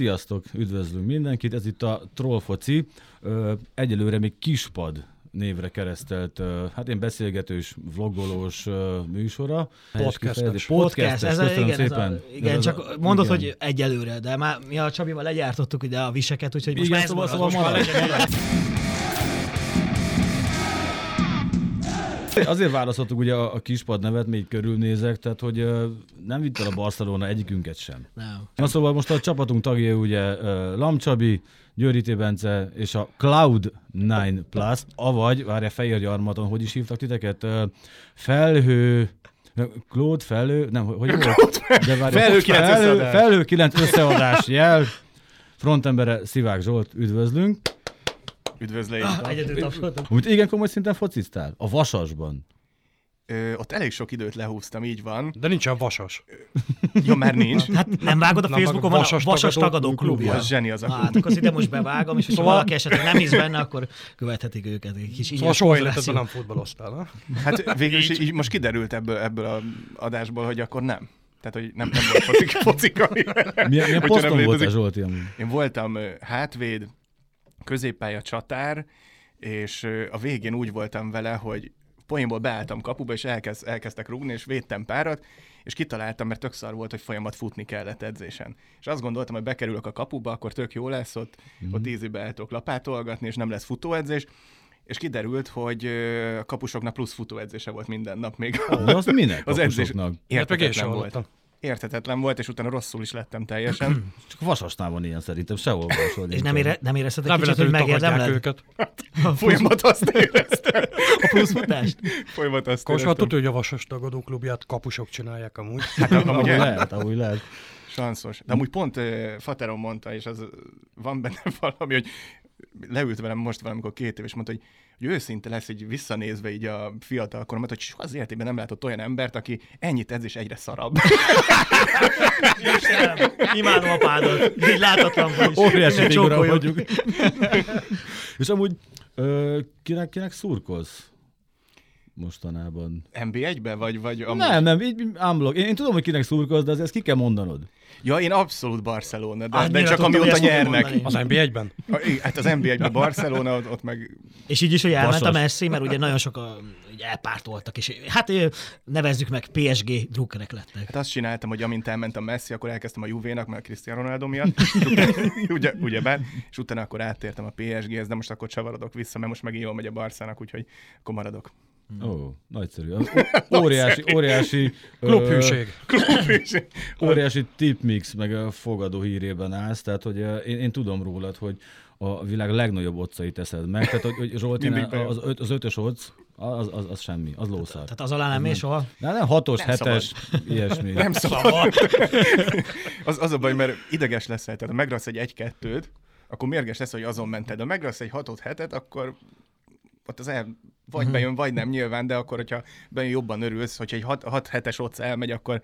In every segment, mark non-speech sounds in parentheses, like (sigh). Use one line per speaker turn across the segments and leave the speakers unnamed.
Sziasztok, üdvözlünk mindenkit, ez itt a Trollfoci, Ö, egyelőre még Kispad névre keresztelt, ö, hát én beszélgetős, vlogolós ö, műsora.
Podcastes.
Podcast,
ez
ez
a,
köszönöm
igen, ez a-
szépen.
igen,
Ez az
csak
a-
mondod,
igen.
hogy egyelőre, de már mi a Csabival legyártottuk ide a viseket, úgyhogy most
Igen,
már ez
szóval-
marad,
szóval
most már
marad.
legyen.
Azért választottuk ugye a, a Kispad nevet, még körülnézek, tehát hogy ö, nem vitt el a Barcelona egyikünket sem.
Nem.
Na szóval most a csapatunk tagja ugye ö, Lamcsabi, Győri T. Bence és a Cloud9 Plus, avagy, várja Fehér Jarmaton, hogy is hívtak titeket? Ö, Felhő... Claude Felhő, nem, hogy hogy volt? De várja,
Felhő kilenc
felhő,
összeadás.
felhő 9 összeadás jel. Frontembere Szivák Zsolt, üdvözlünk.
Üdvözlőjük!
Egyedül tapsoltam.
Amit igen komoly szinten fociztál? A Vasasban.
Ö, ott elég sok időt lehúztam, így van.
De nincsen vasas.
Ja, már nincs.
Hát nem vágod a
Na,
Facebookon, van a
vasas
Vasas
tagadó
Tagadó klubja.
Az zseni az a
Hát
klub.
akkor azt ide most bevágom, és hogyha
Szóval-
valaki esetleg nem hisz benne, akkor követhetik őket. Egy kis
Szóval
ingyenes
soha
konzultáció.
életedben nem futballoztál, na?
Hát végül is így most kiderült ebből, ebből a adásból, hogy akkor nem. Tehát, hogy nem, nem volt foci, foci karrier.
Milyen, milyen
Hogyha nem
poszton volt a
létezik.
Zsolti amúgy?
Én voltam ö, hátvéd, középpálya csatár, és ö, a végén úgy voltam vele, hogy poénból beálltam kapuba, és elkezd, elkezdtek rúgni, és védtem párat, és kitaláltam, mert tök szar volt, hogy folyamat futni kellett edzésen. És azt gondoltam, hogy bekerülök a kapuba, akkor tök jó lesz, ott,
Mhm.
mm. ott ízibe el tudok lapátolgatni, és nem lesz futóedzés. És kiderült, hogy ö, a kapusoknak plusz futóedzése volt minden nap még.
De azt minek
(laughs) az edzés
kapusoknak?
Ilyet meg én sem
érthetetlen volt.
hallottam.
Érthetetlen volt, és utána rosszul is lettem
(clears throat)
teljesen.
Csak Vasasnál van ilyen szerintem, sehol máshol.
És
nincsen.
nem, ére, nem érezted egy
Nem
kicsit, hogy
véletlenül
megérdem
tagadják
lett
őket.
Folyamat azt éreztem.
a plusz futást?
Folyamat azt
Akkor most már
éreztem.
tudod, hogy a vasas tagadó klubját kapusok csinálják amúgy.
Hát amúgy
Ahogy
el-
lehet, ahogy lehet.
sanszos. De amúgy pont uh, Fateron mondta, és az ö, van benne (laughs) valami, hogy leült velem most valamikor két év, és mondta, hogy, hogy őszinte lesz, így visszanézve így a fiatal koromat, hogy soha az életében nem látott olyan embert, aki ennyit edz és egyre szarabb. (laughs)
Istenem, imádom a pádat, így látatlanban is.
Óriási
Minden
figura
csókoljuk.
vagyunk. (laughs) És amúgy ö, kinek, kinek szurkolsz mostanában?
NB1-be vagy? vagy amúgy...
Nem, nem, így ámblok. Én, én tudom, hogy kinek szurkolsz, de ezt ki kell mondanod.
Ja, én abszolút Barcelona, de, de
Annyira
csak
tudtam, hogy
amióta
ezt fogod
nyernek.
mondani.
Az (laughs) NB1-ben.
A- igen, Hát az NB1-ben Barcelona, ott, ott meg
És így is, hogy elment a
Vasas.
Messi, mert ugye nagyon sok a, ugye elpártoltak, és hát ö, nevezzük meg PSG drukkerek lettek.
Hát azt csináltam, hogy amint elmentem Messi, akkor elkezdtem a Juvénak, mert a Cristiano Ronaldo miatt, ugye, ugyebár, és utána akkor áttértem a PSG-hez, de most akkor csavarodok vissza, mert most megint jól megy a Barszának, úgyhogy akkor maradok.
Ó, (laughs) nagyszerű. Ó- Óriási, óriási... ö,
Klubhűség.
óriási tipmix, meg a fogadó hírében állsz, tehát hogy eh, én, én tudom rólad, hogy a világ legnagyobb otcait teszed meg, tehát hogy, hogy Zsoltinál
Mindig bejön.
az, öt, az ötös otc, az, az, az semmi, az lószar.
Tehát az alá nem és soha.
Na, nem hatos,
Nem
hetes, ilyesmi.
Nem szabad. az, az a baj, mert ideges leszel, tehát ha megraksz egy egy-kettőt, akkor mérges lesz, hogy azon mented. Ha megraksz egy hatot, hetet, akkor ott az el, vagy
Mhm.
bejön, vagy nem nyilván, de akkor, hogyha bejön, jobban örülsz, hogyha egy hat- hat hetes ott elmegy, akkor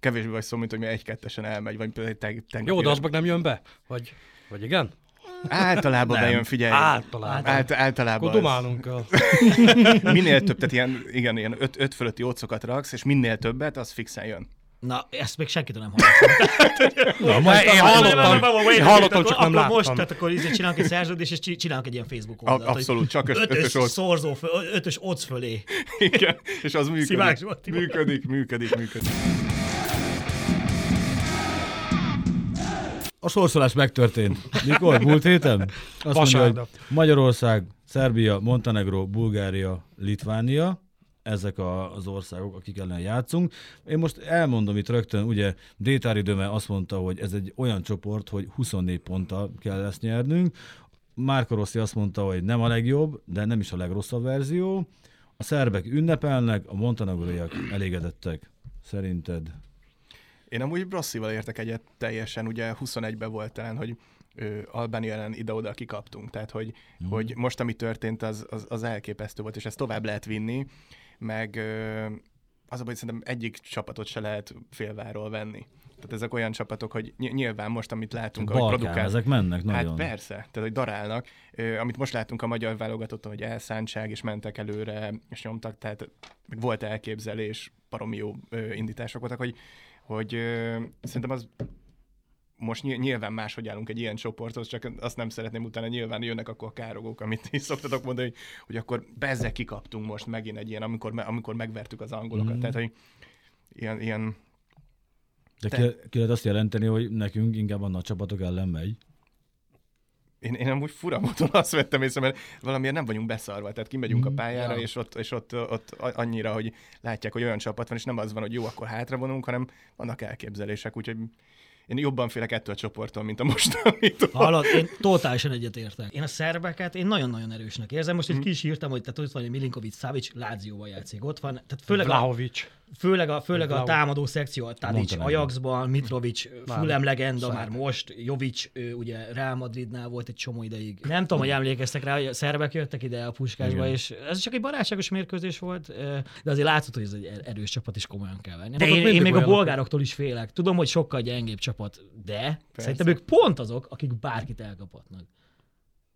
kevésbé vagy szó, mint hogy mi egy-kettesen elmegy, vagy például egy teg- tegnap
Jó, de
ére-
az meg nem jön be? Vagy, vagy igen?
Általában bejön, figyelj.
Általában.
Ált, általában
Akkor
az.
domálunk a...
Minél több, tehát ilyen, igen, ilyen öt, öt fölötti ócokat raksz, és minél többet, az fixen jön.
Na, ezt még senkitől nem hallottam.
Na, majd
Én hallottam, én hallottam, csak nem
akkor most,
láttam.
tehát akkor így csinálunk egy szerződést, és csi- csinálunk egy ilyen Facebook
A,
oldalt. hogy
abszolút, csak öt,
Ötös,
ötös óc.
szorzó, föl- ötös oc fölé.
Igen, és az
Szivák
működik.
Zsolti.
Működik, működik, működik.
A sorsolás megtörtént. Mikor? Múlt héten? Azt mondja, hogy
Vasárnap.
Magyarország, Szerbia, Montenegro, Bulgária, Litvánia. Ezek a, az országok, akik ellen játszunk. Én most elmondom itt rögtön, ugye Détári Döme azt mondta, hogy ez egy olyan csoport, hogy 24 ponttal kell lesz nyernünk. Márko Rossi azt mondta, hogy nem a legjobb, de nem is a legrosszabb verzió. A szerbek ünnepelnek, a montenegróiak elégedettek. Szerinted?
Én amúgy Brosszival értek egyet teljesen, ugye 21-ben volt talán, hogy ö, Albánia ellen ide-oda kikaptunk, tehát hogy,
Mhm.
mm. hogy most ami történt, az, az, az elképesztő volt, és ezt tovább lehet vinni, meg ö, az a baj, hogy szerintem egyik csapatot se lehet félváról venni. Tehát ezek olyan csapatok, hogy ny- nyilván most, amit látunk, ahogy
Balkán,
produkál,
ezek mennek
Hát
nagyon.
persze, tehát hogy darálnak. Ö, amit most láttunk a magyar válogatotton, hogy elszántság, és mentek előre, és nyomtak, tehát meg volt elképzelés, baromi jó ö, indítások voltak, hogy, hogy ö, szerintem az most ny- nyilván máshogy állunk egy ilyen csoporthoz, csak azt nem szeretném utána nyilván jönnek akkor a károgók, amit is szoktatok mondani, hogy, hogy akkor bezze kikaptunk most megint egy ilyen, amikor, me- amikor megvertük az angolokat. Mm. Tehát, hogy ilyen, ilyen
De
Te-
ki, ki lehet azt jelenteni, hogy nekünk inkább annak a csapatok ellen megy.
én, én amúgy fura módon azt vettem észre, mert valamiért nem vagyunk beszarva, tehát kimegyünk a pályára,
ja.
és, ott, és ott, ott a- annyira, hogy látják, hogy olyan csapat van, és nem az van, hogy jó, akkor hátravonunk, hanem vannak elképzelések, úgyhogy én jobban félek ettől a csoporttól, mint a mostanitól.
Hallod, én totálisan egyetértek. Én a szerbeket én nagyon-nagyon erősnek érzem. Most
Mhm.
egy kis írtam, hogy tehát ott van egy Milinkovic Savic, Lázióval játszik. Ott van, tehát főleg a,
Vlahovics.
főleg a, főleg a
Blau.
támadó szekció, Tadic
Montenegro.
Ajaxban, Mitrovic, Fulham legenda már
Szerintem.
most, Jovic ő ugye Real Madridnál volt egy csomó ideig. Nem tudom, hogy emlékeztek rá, hogy a szerbek jöttek ide a puskásba,
Igen.
és ez csak egy barátságos mérkőzés volt, ö, de azért látszott, hogy ez egy er- erős csapat, és komolyan kell venni. Hát De
Akkor
én, én
mindig
még a
olyanok.
bolgároktól is félek. Tudom, hogy sokkal gyengébb csapat, de Persze. szerintem ők pont azok, akik bárkit elkaphatnak.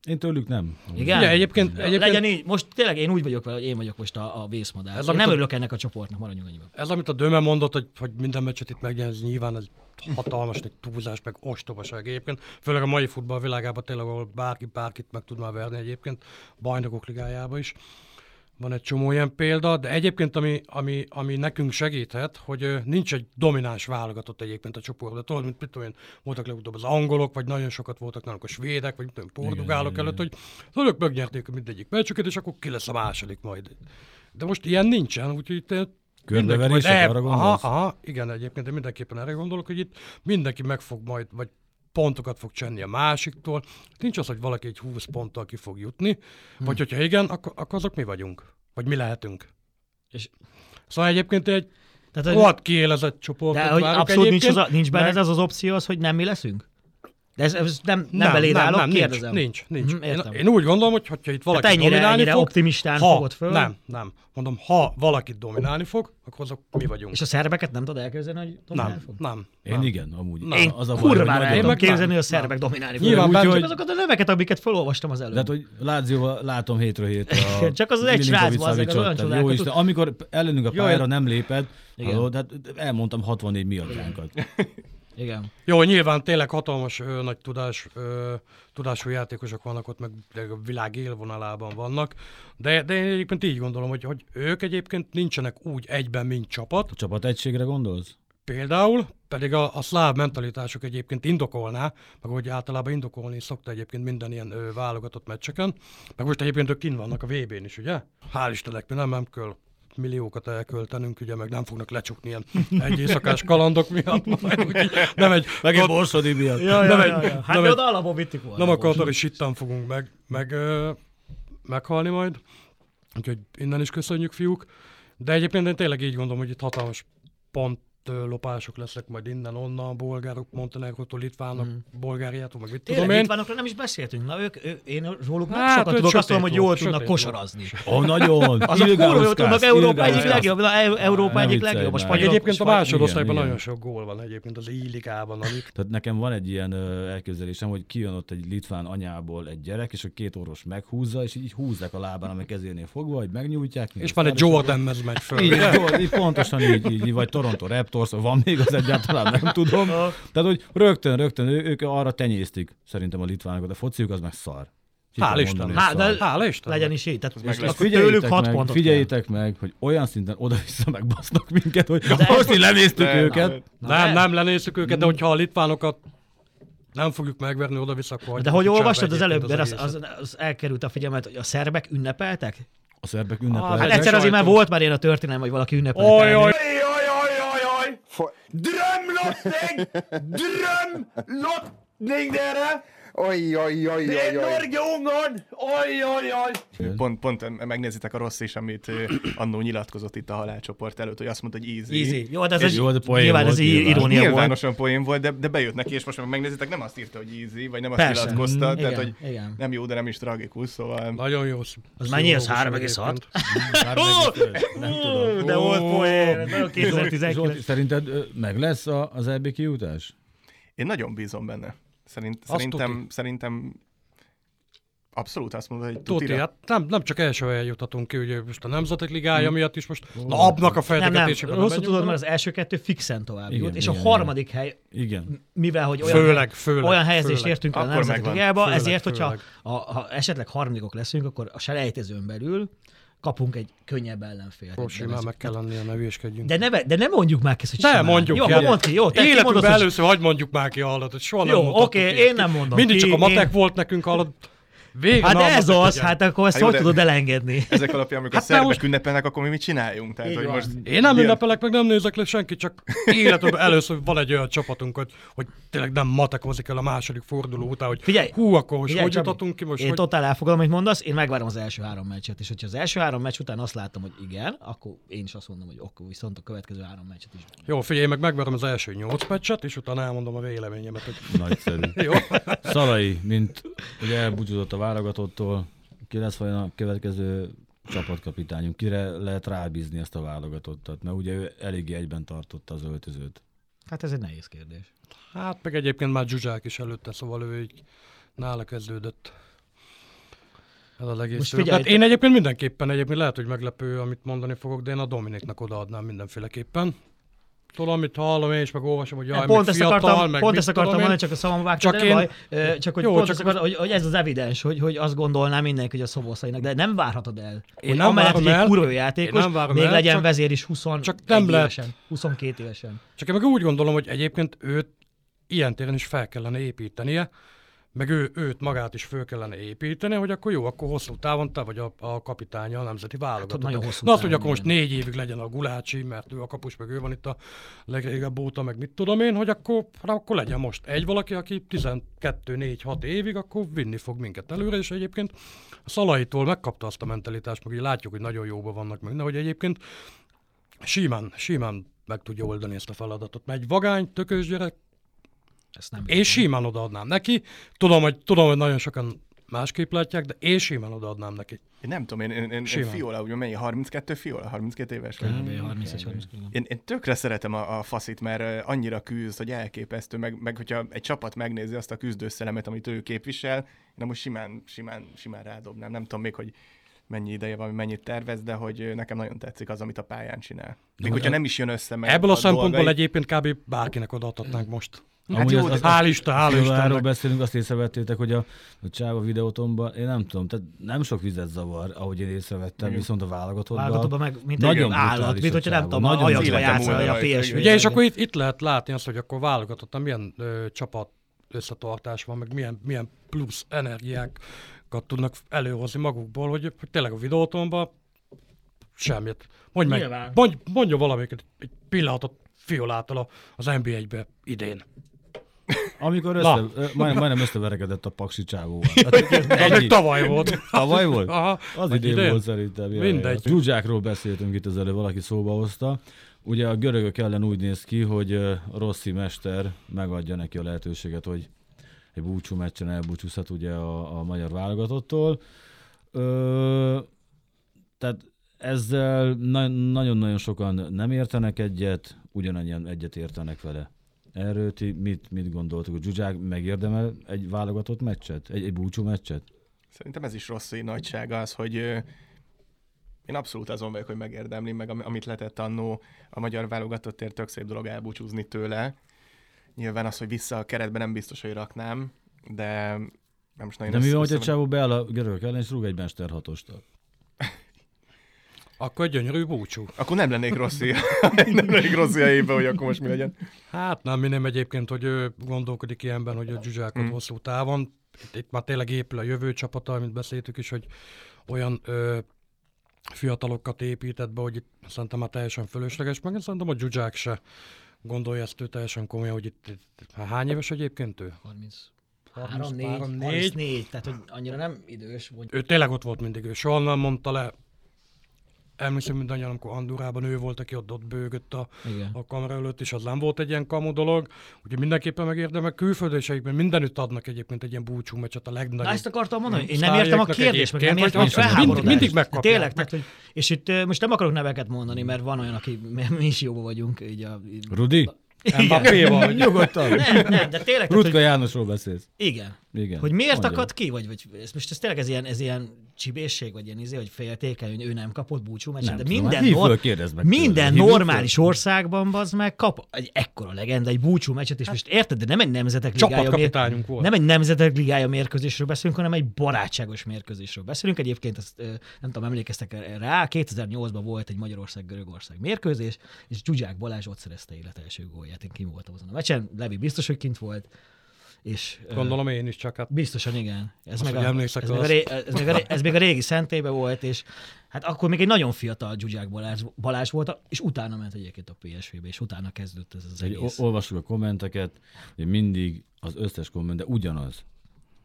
Én tőlük nem.
Igen?
Ugye, egyébként-
Ja,
egyébként-
Legyen így. Most tényleg én úgy vagyok vele, hogy én vagyok most a, a vészmadár.
Ez
Ez én nem
amit a-
örülök ennek a csoportnak, maradjunk annyiban.
Ez, amit a Döme mondott, hogy, hogy minden meccset itt megnyerni, ez nyilván ez hatalmas egy túlzás, meg ostobaság egyébként. Főleg a mai futball világában tényleg, ahol bárki bárkit meg tud már verni egyébként, bajnokok ligájában is. Van egy csomó ilyen példa, de egyébként ami, ami, ami nekünk segíthet, hogy ö, nincs egy domináns válogatott egyébként a csoportban. Tudod, mint mit tudom én, voltak legutóbb az angolok, vagy nagyon sokat voltak nálunk a svédek, vagy mit tudom, én, portugálok
igen,
előtt, hogy az ők megnyerték mindegyik meccsüket, és akkor ki lesz a második majd. De most ilyen nincsen, úgyhogy itt
Körbeverések,
Mindenki majd el-
arra gondolsz?
Aha, aha, igen, egyébként én mindenképpen erre gondolok, hogy itt mindenki meg fog majd, vagy pontokat fog csenni a másiktól. Nincs az, hogy valaki egy 20 ponttal ki fog jutni,
Hm.
hmm. vagy hogyha igen, akkor, akkor azok mi vagyunk, vagy mi lehetünk.
És-
Szóval egyébként egy
Tehát, hogy,
rohadt kiélezett csoportot
de hogy
várok
abszolút nincs,
egyébként,
az a, nincs benne
meg-
ez az az opció, az, hogy nem mi leszünk? De ez, ez nem, nem, nem beléd állok,
nincs,
kérdezem.
nincs, nincs.
Mhm,
Mm, én,
értem.
én, úgy gondolom, hogy ha itt valaki
Tehát ennyire,
dominálni
ennyire
fog,
optimistán
ha,
fogod föl.
Nem, nem. Mondom, ha valaki dominálni fog, akkor azok mi vagyunk.
És a szerbeket nem tudod elképzelni, hogy dominálni
nem,
fog?
nem,
Én
nem.
igen, amúgy.
Na,
Én
Én
az a baj, hogy
kurvára el
nagyon-
tudom
meg nem.
képzelni, hogy a szerbek dominálni fognak.
Nyilván,
Úgy,
bár-
hogy-
Csak azokat a neveket, amiket felolvastam az előbb.
De hát, hogy Lázióval látom hétről hétre. a
Csak az az egy
Milinkovic
srác, bazzeg, az
Savicot,
olyan
tehát
csodákat
Jó
tud.
Isten, amikor ellenünk a
Jaj.
pályára nem léped,
Igen.
hallod, hát elmondtam 64 miattánkat.
Igen.
Jó, nyilván tényleg hatalmas ö, nagy tudás, ö, tudású játékosok vannak ott, meg tényleg a világ élvonalában vannak, de, de én egyébként így gondolom, hogy, hogy ők egyébként nincsenek úgy egyben, mint csapat.
A csapat egységre gondolsz?
Például pedig a, a szláv mentalitásuk egyébként indokolná, meg hogy általában indokolni is szokta egyébként minden ilyen ö, válogatott meccseken, meg most egyébként ők kint vannak a vb n is, ugye? Hál' Istennek, mi nem, nem kell milliókat elköltenünk, ugye, meg nem fognak lecsukni ilyen egy éjszakás kalandok miatt, majd, úgyhogy nem egy
Megint Borsodi miatt.
Ja,
Nem
ja,
egy-
ja, ja. Hát
nem
mi
egy-
oda alapból vittük volna.
Nem akartam, és hittem fogunk meg, meg, ö, meghalni majd. Úgyhogy innen is köszönjük, fiúk. De egyébként én tényleg így gondolom, hogy itt hatalmas pont ö, lopások lesznek majd innen, onnan, bolgárok, Montenegrótól, Litvánok, mm. Bulgáriától, meg mit
Hmm. Tényleg
tudom én.
litvánokról nem is beszéltünk. Na ők, ő, én róluk nem
Hát,
sokat
ők
tudok, azt tudom, hogy
sötét
jól
lók,
tudnak
sötét lók. (laughs)
kosarazni.
Ó, nagyon.
Azok kurva jól tudnak, Európa egyik legjobb, na, Eu- Európa
Nem
egyik
viccelj már.
legjobb, a
Vagy
spanyolok.
egyébként a
spanyol-
másodosztályban
igen.
nagyon sok gól van egyébként az I-ligában,
(laughs)
amit
Tehát nekem van egy ilyen ö, elképzelésem, hogy kijön ott egy litván anyából egy gyerek, és a két orvos meghúzza, és így húzzák a lábán, amely kezénél fogva, hogy megnyújtják.
és már egy Jordan mez megy föl.
Így, így, így, pontosan így, így, így, vagy Toronto Raptors, van még az egyáltalán, nem tudom. Tehát, hogy rögtön, rögtön, ő, ők arra tenyésztik szerintem a litvánokat, a fociuk az meg szar. Ki
Hál'
kell
Istennek.
mondani,
Há,
hogy
de
szar.
Hála Isten.
Legyen is így. Tehát
meg lesz.
akkor tőlük 6
meg,
pontot
figyeljétek meg, hogy olyan szinten oda-vissza megbasznak minket, hogy (laughs)
De-
most így lenéztük
De-
őket.
Na, Hmm.
Nem,
de-
nem lenézzük őket, de hogyha a litvánokat nem fogjuk megverni oda-vissza, akkor
kell. De
hagyjuk
hogy
a cserbe
olvastad az előbb,
egyébként
mert az,
egészet.
az, az elkerült a figyelmet, hogy a szerbek ünnepeltek?
A szerbek
Hát
Hát
ünnepelnek.
ez
egyszer azért már
sajtó.
volt már ilyen a történelem, hogy valaki ünnepelt.
Ojjaj,
Ojojojojoj! Drømlotting! Drømlotting, dere!
Oj, oj, oj,
Det er
oj, oj.
Norge-Ungarn! Oj, oj, oj!
Pont, pont megnézitek a rossz is, amit ö, annó nyilatkozott itt a halálcsoport előtt, hogy azt mondta, hogy easy.
Easy. Jó, de ez, egy,
jó, de poén
nyilván
volt,
ez így
nyilván.
irónia volt.
Nyilvánosan poén volt, de, de bejött neki, és most ha megnézitek, nem azt írta, hogy easy, vagy nem azt
Persze.
nyilatkozta,
Mm,
tehát,
igen,
hogy
igen.
nem jó, de nem is tragikus, szóval...
Nagyon jó.
Az mennyi? Az 3,6? Nem tudom. De volt poén. ez a
Zsolt,
2019.
szerinted ö, meg lesz a- az EB kijutás?
Én nagyon bízom benne. Szerint,
Azt
szerintem,
tuti.
szerintem Abszolút azt mondod, hogy
Tuti,
tutira.
hát nem, nem csak első helyen juthatunk ki, ugye most a Nemzetek Ligája miatt is most, na abnak a
Hmm. Nem, nem,
fejtegetésében.
rosszul tudod, mert az első kettő fixen tovább
Igen,
jut, és
igen,
a harmadik hely,
Igen.
mivel hogy olyan,
Főleg, főleg.
olyan helyezést
főleg.
értünk el a
Akkor
Nemzetek
megvan.
Ligába,
Főleg,
ezért, hogyha
főleg.
a, ha esetleg harmadikok leszünk, akkor a selejtezőn belül kapunk egy könnyebb ellenfélt.
Akkor simán meg kell lennie, ne hülyeskedjünk.
De, neve, de ne mondjuk már ki, ezt, hogy
De
simán.
mondjuk
Jó,
ki.
akkor mondd ki. Jó, te ki mondod,
Életünkben
hogy
először hagyd mondjuk már ki hallat, hogy soha
Jó,
nem mutattuk
oké,
ilyet.
én nem mondom
Mindig
ki,
csak a matek
én-
volt nekünk hallat. Végre
Hát
nem
ez
mondtuk,
az,
igen.
hát akkor ezt
Hát jó,
hogy
de-
tudod elengedni?
Ezek alapján, amikor
Hát
hát
már
szerbek
most-
most... ünnepelnek, akkor mi mit csináljunk? Tehát,
Így
hogy
van.
most...
Én nem
Ilyen-
ünnepelek, meg nem nézek le senkit,
(laughs)
csak életemben először van egy olyan csapatunk, hogy, hogy tényleg nem matekozik el a második forduló után, hogy
Figyelj,
hú, akkor most
Figyelj,
hogy
Csabi,
jutottunk ki most,
Én
hogy...
totál elfogadom, amit mondasz, én megvárom az első három meccset, és hogyha az első három meccs után azt látom, hogy igen, akkor én is azt mondom, hogy ok, viszont a következő három meccset is.
Jó, figyelj, meg megvárom az első nyolc meccset, és utána elmondom a véleményemet, hogy
(laughs) Nagyszerű.
jó. (laughs)
Szalai, mint ugye elbúcsúzott a válogatottól, ki lesz vajon a következő csapatkapitányunk? Kire lehet rábízni ezt a válogatottat? Mert ugye ő eléggé egyben tartotta az öltözőt.
Hát ez egy nehéz kérdés.
Hát meg egyébként már Zsuzsák is előtte, szóval ő így nála kezdődött. Ez az egész.
Most
Most figyelj,
figyelj,
hát én egyébként mindenképpen, egyébként lehet, hogy meglepő, amit mondani fogok, de én a Dominiknak odaadnám mindenféleképpen. Tudom, amit hallom én is, meg olvasom, hogy jaj,
Jaj,
meg
pont ezt
fiatal,
akartam,
meg
pont
mit
ezt akartam
tudom én.
mondani, csak a szavamba vágtad,
Csak
csak
én-
baj. Ö, Csak hogy,
Jó,
jó, pont
csak-
csak ezt akartam, hogy, hogy, ez az evidens, hogy, hogy azt gondolnám mindenki, hogy a szoboszainak, de nem várhatod el.
Én
hogy
nem
amellett,
várom
hogy egy
el.
kurva jó
Én
játékos,
nem várom
még
el,
legyen
csak-
vezér is 21
csak nem lehet.
évesen, 22 évesen.
Csak én meg úgy gondolom, hogy egyébként őt ilyen téren is fel kellene építenie, meg ő, őt magát is föl kellene építeni, hogy akkor jó, akkor hosszú távon te vagy a, a kapitánya a nemzeti válogatott.
Hát, nagyon hosszú
Na azt, hogy
távon,
akkor most
igen.
négy évig legyen a gulácsi, mert ő a kapus, meg ő van itt a legrégebb óta, meg mit tudom én, hogy akkor, hát akkor legyen most egy valaki, aki 12-4-6 évig, akkor vinni fog minket előre, és egyébként a Szalaitól megkapta azt a mentalitást, meg így látjuk, hogy nagyon jóban vannak meg, de hogy egyébként simán, simán meg tudja oldani ezt a feladatot. Mert egy vagány, tökös gyerek,
Ezt nem
én simán odaadnám neki. Tudom, hogy, tudom, hogy nagyon sokan másképp látják, de én simán odaadnám neki.
Én nem tudom, én, én, én, én
Simán.
fiola, ugye mennyi? 32 fiola? 32 éves? vagy?
Kb. 31 39.
Én, én tökre szeretem a, a faszit, mert ö, annyira küzd, hogy elképesztő, meg, meg hogyha egy csapat megnézi azt a küzdőszellemet, amit ő képvisel, én most simán, simán, simán rádobnám. Nem tudom még, hogy mennyi ideje van, mennyit tervez, de hogy ö, nekem nagyon tetszik az, amit a pályán csinál. Még hogyha nem is jön össze, mert
e- Ebből a, szempontból
dolgai-
egyébként kb. bárkinek odaadhatnánk most. Hát
Amúgy
jó,
az-
de-
az-
Hál' Isten, hál'
Jó, Erről
Istennek.
beszélünk, azt észrevettétek, hogy a, a Csáva videótomban, én nem tudom, tehát nem sok vizet zavar, ahogy én észrevettem, viszont a
Válogatottban
válogatottban
meg, mint
nagyon
egy
brutális
állat, mint
a
hogyha
csávó,
nem tudom, a
nagyon
ajaxba
életem
játszol, vagy
múlva
a
rajta,
psv
igen.
Ugye, és akkor itt, itt lehet látni azt, hogy akkor válogatottan milyen ö, csapat összetartás van, meg milyen, milyen plusz energiákat tudnak előhozni magukból, hogy, hogy tényleg a videótomban semmit. Mondj meg,
Nyilván.
mondj, mondja valamiket egy pillanatot fiolától a- az NBA-be idén.
Amikor
Na.
össze, ö, majdnem, majdnem összeverekedett a paksi csávóval. Tehát
Az még
ennyi.
tavaly volt.
(laughs) Tavaly volt?
Aha,
Az
vagy
idén volt szerintem. jaj,
Mindegy.
jaj. A Dzsuzsákról beszéltünk itt az előbb, valaki szóba hozta. Ugye a görögök ellen úgy néz ki, hogy ö, Rossi mester megadja neki a lehetőséget, hogy egy búcsú meccsen elbúcsúzhat ugye a, a magyar válogatottól. Ö, tehát ezzel na- nagyon-nagyon sokan nem értenek egyet, ugyanannyian egyet értenek vele. Erről ti mit, mit gondoltok? Hogy Zsuzsák megérdemel egy válogatott meccset? Egy, egy búcsú meccset?
Szerintem ez is rossz így nagysága az, hogy ö, én abszolút azon vagyok, hogy megérdemli, meg am- amit letett annó a magyar válogatottért, tök szép dolog elbúcsúzni tőle. Nyilván az, hogy vissza a keretbe nem biztos, hogy raknám, de nem most nagyon
De mi
össze-
van, hogy a
össze-
csávó beáll a görögök ellen, és rúg egy Mester hatostal?
Akkor egy gyönyörű búcsú.
Akkor nem lennék rossz (laughs) így- nem lennék rossz éve, hogy akkor most mi legyen.
Hát nem, mi nem egyébként, hogy ő gondolkodik ilyenben, hogy a Zsuzsákot mm. hosszú távon. Itt, itt már tényleg épül a jövő csapata, amit beszéltük is, hogy olyan ö, fiatalokat épített be, hogy itt szerintem már teljesen fölösleges, meg szerintem a Zsuzsák se gondolja ezt ő teljesen komolyan, hogy itt, itt hát hány éves egyébként ő?
33, 4, 34, tehát hogy annyira nem idős, vagy
Ő tényleg ott volt mindig, ő soha nem mondta le. Emlékszem mindannyian, amikor Andorában ő volt, aki ott, ott bőgött a,
Igen.
a kamera előtt, és az nem volt egy ilyen kamu dolog. Ugye mindenképpen megérdemel, külföldöseikben mindenütt adnak egyébként egy ilyen búcsú meccset a legnagyobb.
Na ezt akartam mondani, én nem
sztárjaiknak
értem a kérdést, meg nem
egyébként,
értem a
vagy az-
felháborodást.
mind- mindig megkapják.
Tényleg, tehát, hogy, és itt ö, most nem akarok neveket mondani, mert van olyan, aki mi is jóba vagyunk, így a...
Rudi?
Mbappé vagy.
Nyugodtan.
Nem, nem, de tényleg, tehát,
Rutka
hogy,
Jánosról beszélsz.
igen.
Igen.
Hogy miért
Mondja.
akad ki, vagy, vagy ez most ez tényleg ez ilyen, ez ilyen csibészség, vagy ilyen izé, hogy féltékeny, hogy ő nem kapott búcsú meccset,
Nem
de
tudom,
minden,
hát hívd
nor-
föl, kérdezd meg
minden
tőle. Hívd
normális országban bazd meg kap egy ekkora legenda, egy búcsú meccset,
Hát-
és most érted, de nem egy nemzetek ligája,
csapatkapitányunk
mér-
volt.
nem egy nemzetek ligája mérkőzésről beszélünk, hanem egy barátságos mérkőzésről beszélünk. Egyébként azt, ö, nem tudom, emlékeztek rá, 2008-ban volt egy Magyarország-Görögország mérkőzés, és Zsuzsák Balázs ott szerezte élet első gólját. Én kim voltam azon a meccsen, Levi biztos, hogy kint volt, és ö,
Gondolom én is csak. Hát
Biztosan igen. Ez,
Azt,
meg
hogy
a,
emlékszek,
ez, meg a,
az-
ré- ez, még a, ré- ez még a régi szentébe volt, és hát akkor még egy nagyon fiatal Zsuzsák Balázs, Balázs volt, és utána ment egyébként a PSV-be, és utána kezdődött ez az
Egy,
egész.
o- olvassuk a kommenteket, hogy mindig az összes komment, de ugyanaz.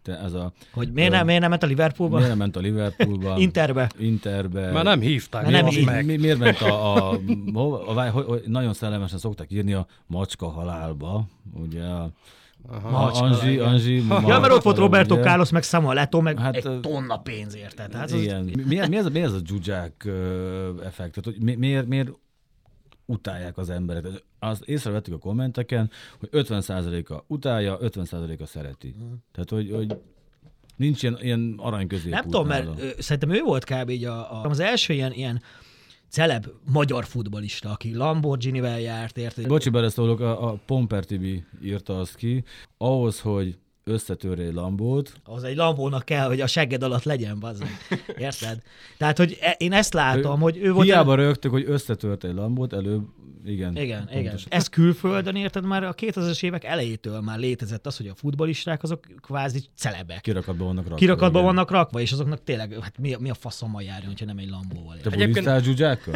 Te ez a,
Hogy miért nem, miért nem ment a Liverpoolba?
miért nem ment a
(laughs)
Liverpoolba?
Interbe.
Interbe.
Már nem hívták.
Már nem
bazd
hívták.
Mi, mi, miért ment a, a, hova- a, a, a, nagyon szellemesen szokták írni a macska halálba, ugye? a- A,
Macska
Anzsi,
halál,
Anzsi,
Ja, mert ott volt
ugye?
Roberto Carlos, meg Samuel Leto, meg
Hát,
hát, egy
ö,
tonna pénzért. Tehát
Hát
az,
igen. Mi, mi- mi, ez, a- mi ez a dzsuzsák ö, effekt? Tehát, hogy mi, miért, miért utálják az emberek? Az észrevettük a kommenteken, hogy 50%-a utálja, 50%-a szereti.
Mhm.
Tehát, hogy, hogy nincs ilyen, ilyen arany közé.
Nem tudom, mert ö, szerintem ő volt kb. Így a, a, az első ilyen, ilyen celeb magyar futbolista, aki Lamborghini-vel járt, érted?
Bocsi, beleszólok, a, a Pomper Tibi írta azt ki, ahhoz, hogy összetörj egy lambót,
az egy lambónak kell, hogy a segged alatt legyen, bazzeg. Érted? Tehát, hogy e- én ezt látom, hogy ő volt...
hiába rögtök, hogy összetört egy lambót, előbb, igen.
Igen, igen.
pontosan.
Ez külföldön, érted? Már a 2000-es évek elejétől már létezett az, hogy a futbolisták azok kvázi celebek.
Kirakatban vannak rakva.
Kirakatban
igen.
vannak rakva, és azoknak tényleg, hát mi, a- mi a faszommal járjon, ha nem egy lambóval ér.
Te bulisztál dzsuzsákkal?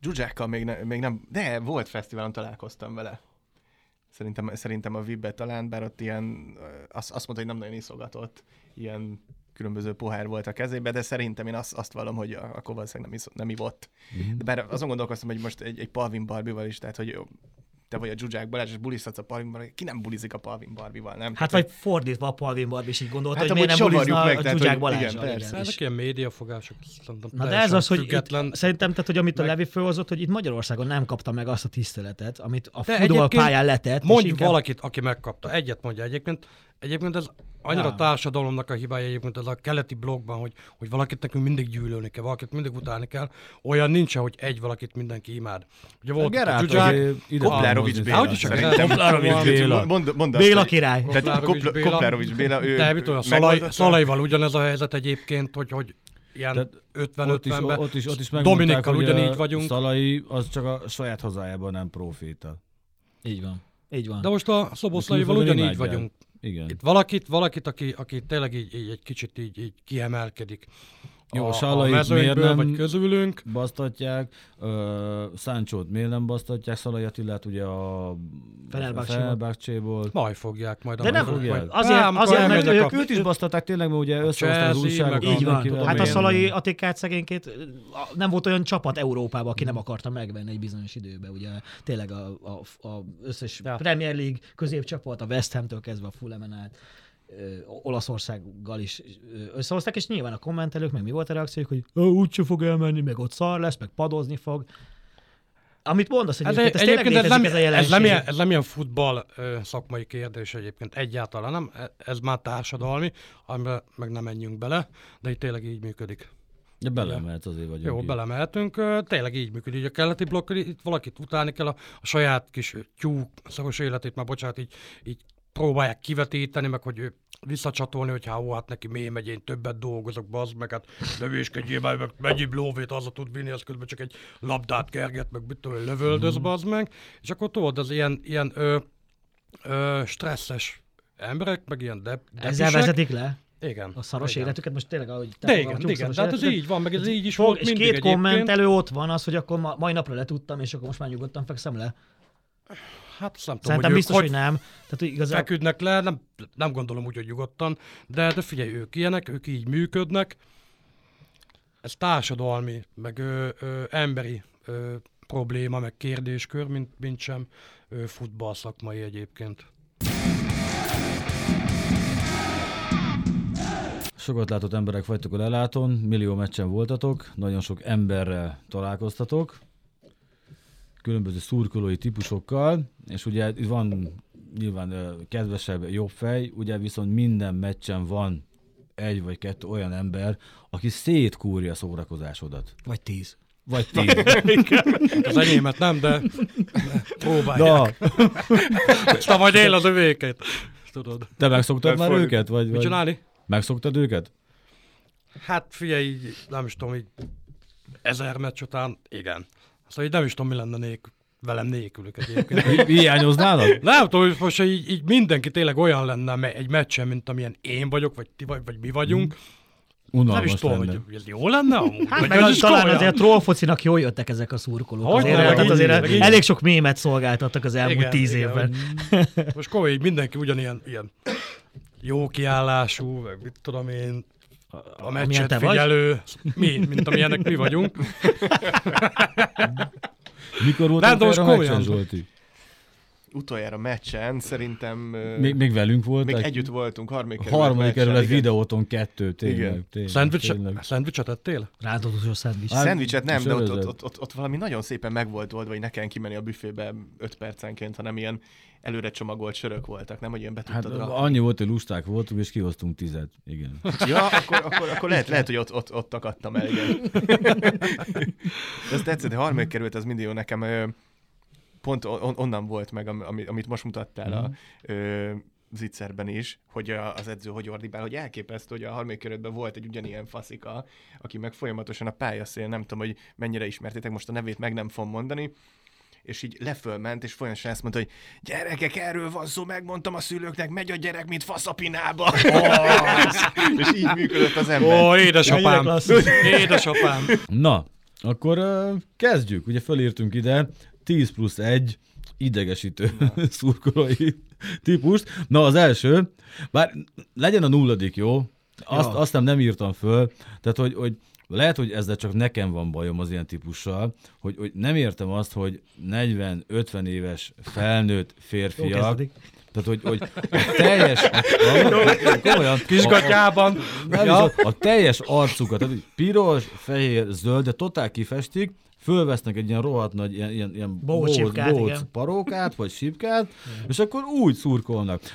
Zsuzsákkal még, ne, még nem, de volt fesztiválon találkoztam vele. Szerintem, szerintem a Vibbe talán, bár ott ilyen, ö, azt, azt mondta, hogy nem nagyon iszogatott, ilyen különböző pohár volt a kezébe, de szerintem én azt, azt vallom, hogy a- akkor valószínűleg nem, iszog, nem ivott. De bár azon gondolkoztam, hogy most egy, egy Palvin Barbival is, tehát hogy te vagy a Zsuzsák Balázs, és bulizhatsz a Palvin Barbival, ki nem bulizik a Palvin Barbival, nem?
Hát vagy fordítva a Palvin Barbi is így gondolta,
Hát
hogy miért
amúgy
nem
savarjuk
bulizna
meg,
a
tehát,
Zsuzsák
hogy
Balázs.
igen, persze.
Ezek ilyen médiafogások. szerintem
Na de ez
teljesen
az, hogy
független.
itt, szerintem, tehát, hogy amit a Levi fölhozott, hogy itt Magyarországon nem kapta meg azt a tiszteletet, amit a
De
futballpályán
egyébként
letett. és
Mondj
inkább-
valakit, aki megkapta. Egyet mondja egyébként. Egyébként ez annyira
Ja.
a társadalomnak a hibája egyébként ez a keleti blogban, hogy, hogy valakit nekünk mindig gyűlölni kell, valakit mindig utálni kell. Olyan nincsen, hogy egy valakit mindenki imád. Ugye volt itt a
Gerát
Zsuzsák,
azért ide
Koplárovics
halmozni
Béla.
Hogy is csak
szerintem.
Koplárovics Béla.
Mond, mond azt,
Béla
hogy-
király.
Tehát
Koplárovics
Kopl-
Béla.
Koplárovics Béla, ő
de mit tudom, Szalaj,
megoldotta?
Szalaival ugyanez a helyzet egyébként, hogy, hogy ilyen
Tehát
50
ott is,
50 ben
ott is, ott is megmondták,
Dominikkal
hogy a
ugyanígy vagyunk.
Szalai az csak a saját hazájában nem proféta.
Így van. Így van.
De most a Szoboszlaival
külföldön
ugyanígy
imádják.
vagyunk.
Igen.
Itt valakit, valakit aki, aki tényleg így, így egy kicsit így, így kiemelkedik.
Jó,
a, a
Sallait
mezőnyből,
miért nem-
vagy közülünk.
Basztatják, uh, Száncsót miért nem basztatják, Szalai Attilát ugye a
Fenerbahce-ból.
Fenerbahce-ból.
Majd fogják, majd
De nem,
amúgy
fogják.
azért,
Ám,
azért
akkor
mert
elmegyek
ők,
Őt is basztatták tényleg, mert ugye összehozták az
Chelsea,
újságot.
meg
Így van.
mindenkivel,
Hát a
milyen-
Szalai Atikát szegénykét a- nem volt olyan csapat Európában, aki nem akarta megvenni egy bizonyos időben. Ugye tényleg a, a, a összes
Ja.
Premier League középcsapat, a West Ham-től kezdve a Fulhamen át, ö, Olaszországgal is ö, összehozták, és nyilván a kommentelők, meg mi volt a reakciójuk, hogy "Ö, úgyse fog elmenni, meg ott szar lesz, meg padozni fog. Amit mondasz, hogy
Hát
hát egyébként, ez tényleg
egyébként ez,
létezik,
nem,
ez a
ez,
jelenség.
nem ilyen, ez nem ilyen futball ö, szakmai kérdés egyébként egyáltalán, nem, E- ez már társadalmi, amiben meg nem menjünk bele, de itt tényleg így működik.
De belemehet azért vagyunk.
Jó,
így.
belemehetünk, ö, tényleg így működik. Így a keleti blokk, itt valakit utálni kell, a, a saját kis tyúk, szaros életét már bocsánat, így, így próbálják kivetíteni, meg hogy ő visszacsatolni, hogy há, ó, hát neki mély megy, én többet dolgozok, bazd meg, hát lövéskedjél már, meg mennyi lóvét haza tud vinni, az közben csak egy labdát kerget, meg mit tudom, én, lövöldöz,
Mhm.
bazd meg, és akkor tudod, az ilyen, ilyen ö, ö, stresszes emberek, meg ilyen de,
Ezzel
depisek.
vezetik le
Igen.
a szaros
Hát igen.
életüket, most tényleg, ahogy te
De
fogalmaztad,
igen,
tyúk
igen.
szaros
Tehát ez
életüket.
így van, meg ez így is
Fog,
volt
és
mindig
két komment
egyébként.
elő ott van az, hogy akkor ma, mai napra letudtam, és akkor most már nyugodtan fekszem le.
Hát azt nem tudom,
Szerintem
hogy
biztos,
ők
hogy nem. Tehát hogy
hogy
igazából
feküdnek le, nem, nem gondolom úgy, hogy nyugodtan, de, de figyelj, ők ilyenek, ők így működnek. Ez társadalmi, meg ö, ö, emberi ö, probléma, meg kérdéskör, mint, mint sem ö, futball szakmai egyébként.
Sokat látott emberek vagytok a leláton, millió meccsen voltatok, nagyon sok emberrel találkoztatok. különböző szurkolói típusokkal, és ugye itt van nyilván ö, kedvesebb, jobb fej, ugye viszont minden meccsen van egy vagy kettő olyan ember, aki szétkúrja a szórakozásodat.
Vagy tíz. (laughs)
Vagy tíz.
Hát Az enyémet nem, de de próbálják.
Na,
Na, majd él az övéket. Tudod.
te megszoktad már
Fordít-
őket? Vagy,
Mit
vagy
csinálni?
megszoktad őket?
Hát figyelj, így, nem is tudom, így ezer meccs után, igen. Szóval így nem is tudom, mi lenne nék, velem nélkülük egyébként.
Hi- Hiányoznának?
Nem tudom, hogy most így, így mindenki tényleg olyan lenne me- egy meccsen, mint amilyen én vagyok, vagy ti vagy, vagy mi
Mm,
vagyunk.
Unalmas
nem is tudom,
lenne.
hogy hogy ez jó lenne amúgy.
Hát
vagy
meg
ez
az
is
talán
komolyan.
azért a trollfocinak jól jöttek ezek a szurkolók.
Hogy
azért,
ne,
tehát
meg így,
azért
meg így.
elég sok mémet szolgáltattak az elmúlt
Igen,
tíz
igen,
évben.
(laughs) Most komoly, így mindenki ugyanilyen ilyen jó kiállású, meg mit tudom én, a
amilyen
meccset
te vagy?
figyelő, mi, mint amilyenek mi
(laughs)
vagyunk.
Mikor volt
Nem, de most
erre a meccsen,
komolyan.
Zsolti?
Utoljára meccsen szerintem ö,
Még, még velünk
még
voltak?
együtt voltunk, harmadik
A
kerület
harmadik
meccsen,
kerület
igen.
videóton kettő, tényleg.
Igen.
tényleg, tényleg.
Szendvicset, szendvicset ettél?
Rántottó szendvics.
Hát,
Szendvicset nem, de ott,
sörözöd.
ott, ott, ott, ott valami nagyon szépen meg volt oldva, hogy ne kelljen kimenni a büfébe 5 percenként, hanem ilyen előre csomagolt sörök voltak, nem, hogy ilyen be
Hát
tudtad rakni.
annyi volt, hogy lusták voltunk, és kihoztunk tizet. Igen.
Ja, akkor, akkor, akkor lehet, lehet, hogy ott, ott, ott akadtam el, igen. De Ezt tetszett, a harmadik került, az mindig jó nekem. ö, Pont on, onnan volt meg, am- ami- amit most mutattál a ö, zicserben is, hogy a- az edző hogy ordibál, hogy elképesztő, hogy a harmadik kerületben volt egy ugyanilyen faszika, aki meg folyamatosan a pályaszél, nem tudom, hogy mennyire ismertétek, most a nevét meg nem fogom mondani, és így lefölment, és folyamatosan ezt mondta, hogy gyerekek, erről van szó, megmondtam a szülőknek, megy a gyerek, mint faszapinába. (laughs) és így működött az
Ó,
ember.
oh, édesapám!
klassz.
(laughs)
Édesapám!
Na, akkor uh, kezdjük. Ugye fölírtunk ide 10 plusz 1 idegesítő (laughs) szurkolói típust. Na az első, bár legyen a nulladik, jó? Azt,
Ja.
azt nem, nem írtam föl, tehát hogy, hogy lehet, hogy ezzel csak nekem van bajom az ilyen típussal, hogy, hogy nem értem azt, hogy 40-50 éves felnőtt
Jó
férfiak,
kezdődik.
tehát hogy, hogy a teljes, komolyan, a,
Kisgatyában!
nem ja. is, a teljes arcukat, tehát így piros, fehér, zöld, de totál kifestik, fölvesznek egy ilyen rohadt nagy ilyen, ilyen, ilyen bóc-
csipkát,
bóc
igen.
parókát, vagy
(laughs)
sípkát, és akkor úgy szurkolnak. Oké,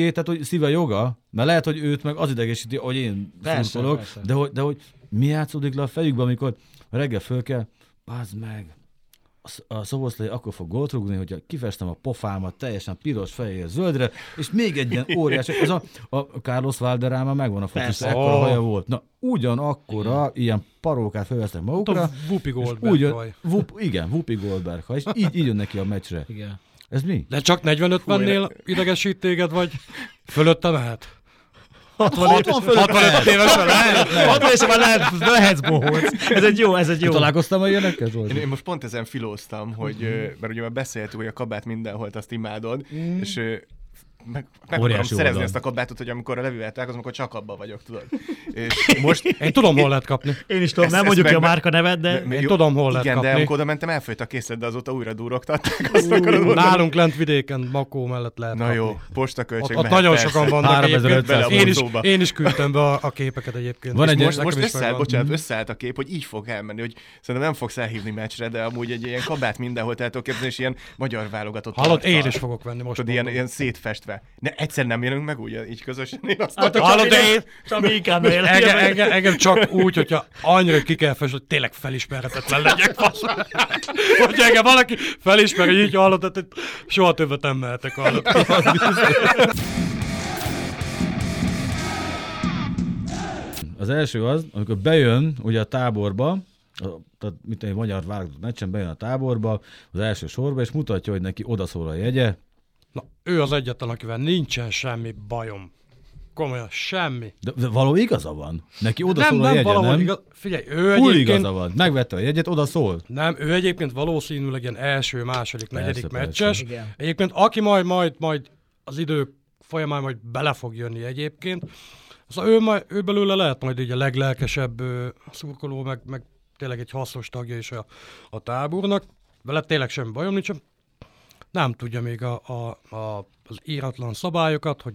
okay, tehát hogy szíve joga, mert lehet, hogy őt meg az idegesíti, hogy én
Persze,
szurkolok,
persze.
De, hogy, de hogy mi játszódik le a fejükbe, amikor reggel föl kell, bazd meg, a sz- a szoboszlai akkor fog gólt rúgni, hogyha kifestem a pofámat teljesen piros, fehér, zöldre, és még egy ilyen óriási, ez a, a Carlos Valderrama megvan a focista,
Persze.
ekkora
Ó.
haja volt. Na, ugyanakkora ilyen parókát felvesznek magukra,
Hát A Whoopi
és
Goldberg
úgy jön,
vagy.
vup, igen, Whoopi Goldberg, ha, és így, így jön neki a meccsre.
Igen.
Ez mi?
De csak 45-nél idegesít téged, vagy fölötte mehet?
60 fölött
65 évesen lehet?
Ott Hát, és már lehet, lehetsz bohóc. Ez egy jó, ez
Hát
egy jó.
Találkoztam a ilyenekkel,
Én,
Zsolti?
én most pont ezen filóztam, hogy, ö, mert ugye már beszéltük, hogy a kabát mindenhol azt imádod, és ö, meg, meg
Óriási
akarom szerezni
oldal.
ezt a kabátot, hogy amikor a levével találkozom, akkor csak abban vagyok, tudod.
(laughs)
És most
Én tudom, hol lehet (laughs) kapni.
Én is tudom,
Ezt-
nem
ezt
mondjuk ki a
meg-
márka nevet, de
Mi-
Én tudom, hol lehet
Igen, de
kapni.
amikor oda mentem, elfolyt a készlet, de azóta újra durogtatták, azt akarod mondani.
Nálunk lent vidéken, Makó mellett lehet
Na
kapni.
jó, postaköltség
Ott, ott nagyon sokan vannak
3500
egyébként. Én is,
bele a
én (laughs) is küldtem be a, a képeket egyébként.
Van
És
egy-
Most,
nekem
most
is
összeáll,
megvan. Mhm.
bocsánat, összeállt a kép, hogy így fog elmenni, hogy szerintem nem fogsz elhívni meccsre, de amúgy egy ilyen kabát mindenhol el tudok képzelni, és ilyen magyar válogatott.
Hallod, én
tartal.
is fogok venni most.
Tudod, ilyen,
mondom.
ilyen szétfestve. Ne, egyszer nem jönünk meg úgy, így közösen. Én azt
Hát,
mondom,
hallod,
csak-
de én-
Csak inkább él.
Engem, engem, engem, (laughs) csak úgy, hogyha annyira ki kell fes, hogy tényleg felismerhetetlen legyek. (laughs) fasz. Hogyha engem valaki felismer, hogy így hallott, hát itt soha többet nem mehetek hallott.
Az első az, amikor bejön ugye a táborba, a, tehát mit tudom, én, magyar válogatott meccsen bejön a táborba, az első sorba, és mutatja, hogy neki odaszól a jegye.
Na, ő az egyetlen, akivel nincsen semmi bajom. Komolyan, semmi.
De, de valahol igaza van. Neki
nem,
odaszól a
nem,
jegye,
valahol
nem?
igaz. Figyelj, ő
Full
egyébként
igaza van. Megvette a jegyet, odaszól.
Nem, ő egyébként valószínűleg ilyen első, második, negyedik
persze.
meccses.
Igen.
Egyébként aki majd, majd, majd az idő folyamán majd bele fog jönni egyébként, szóval ő, majd, ő belőle lehet majd így a leglelkesebb ö, szurkoló, meg, meg tényleg egy hasznos tagja is a, a tábornak. Vele tényleg semmi bajom nincs, nem tudja még a, a, a, az íratlan szabályokat, hogy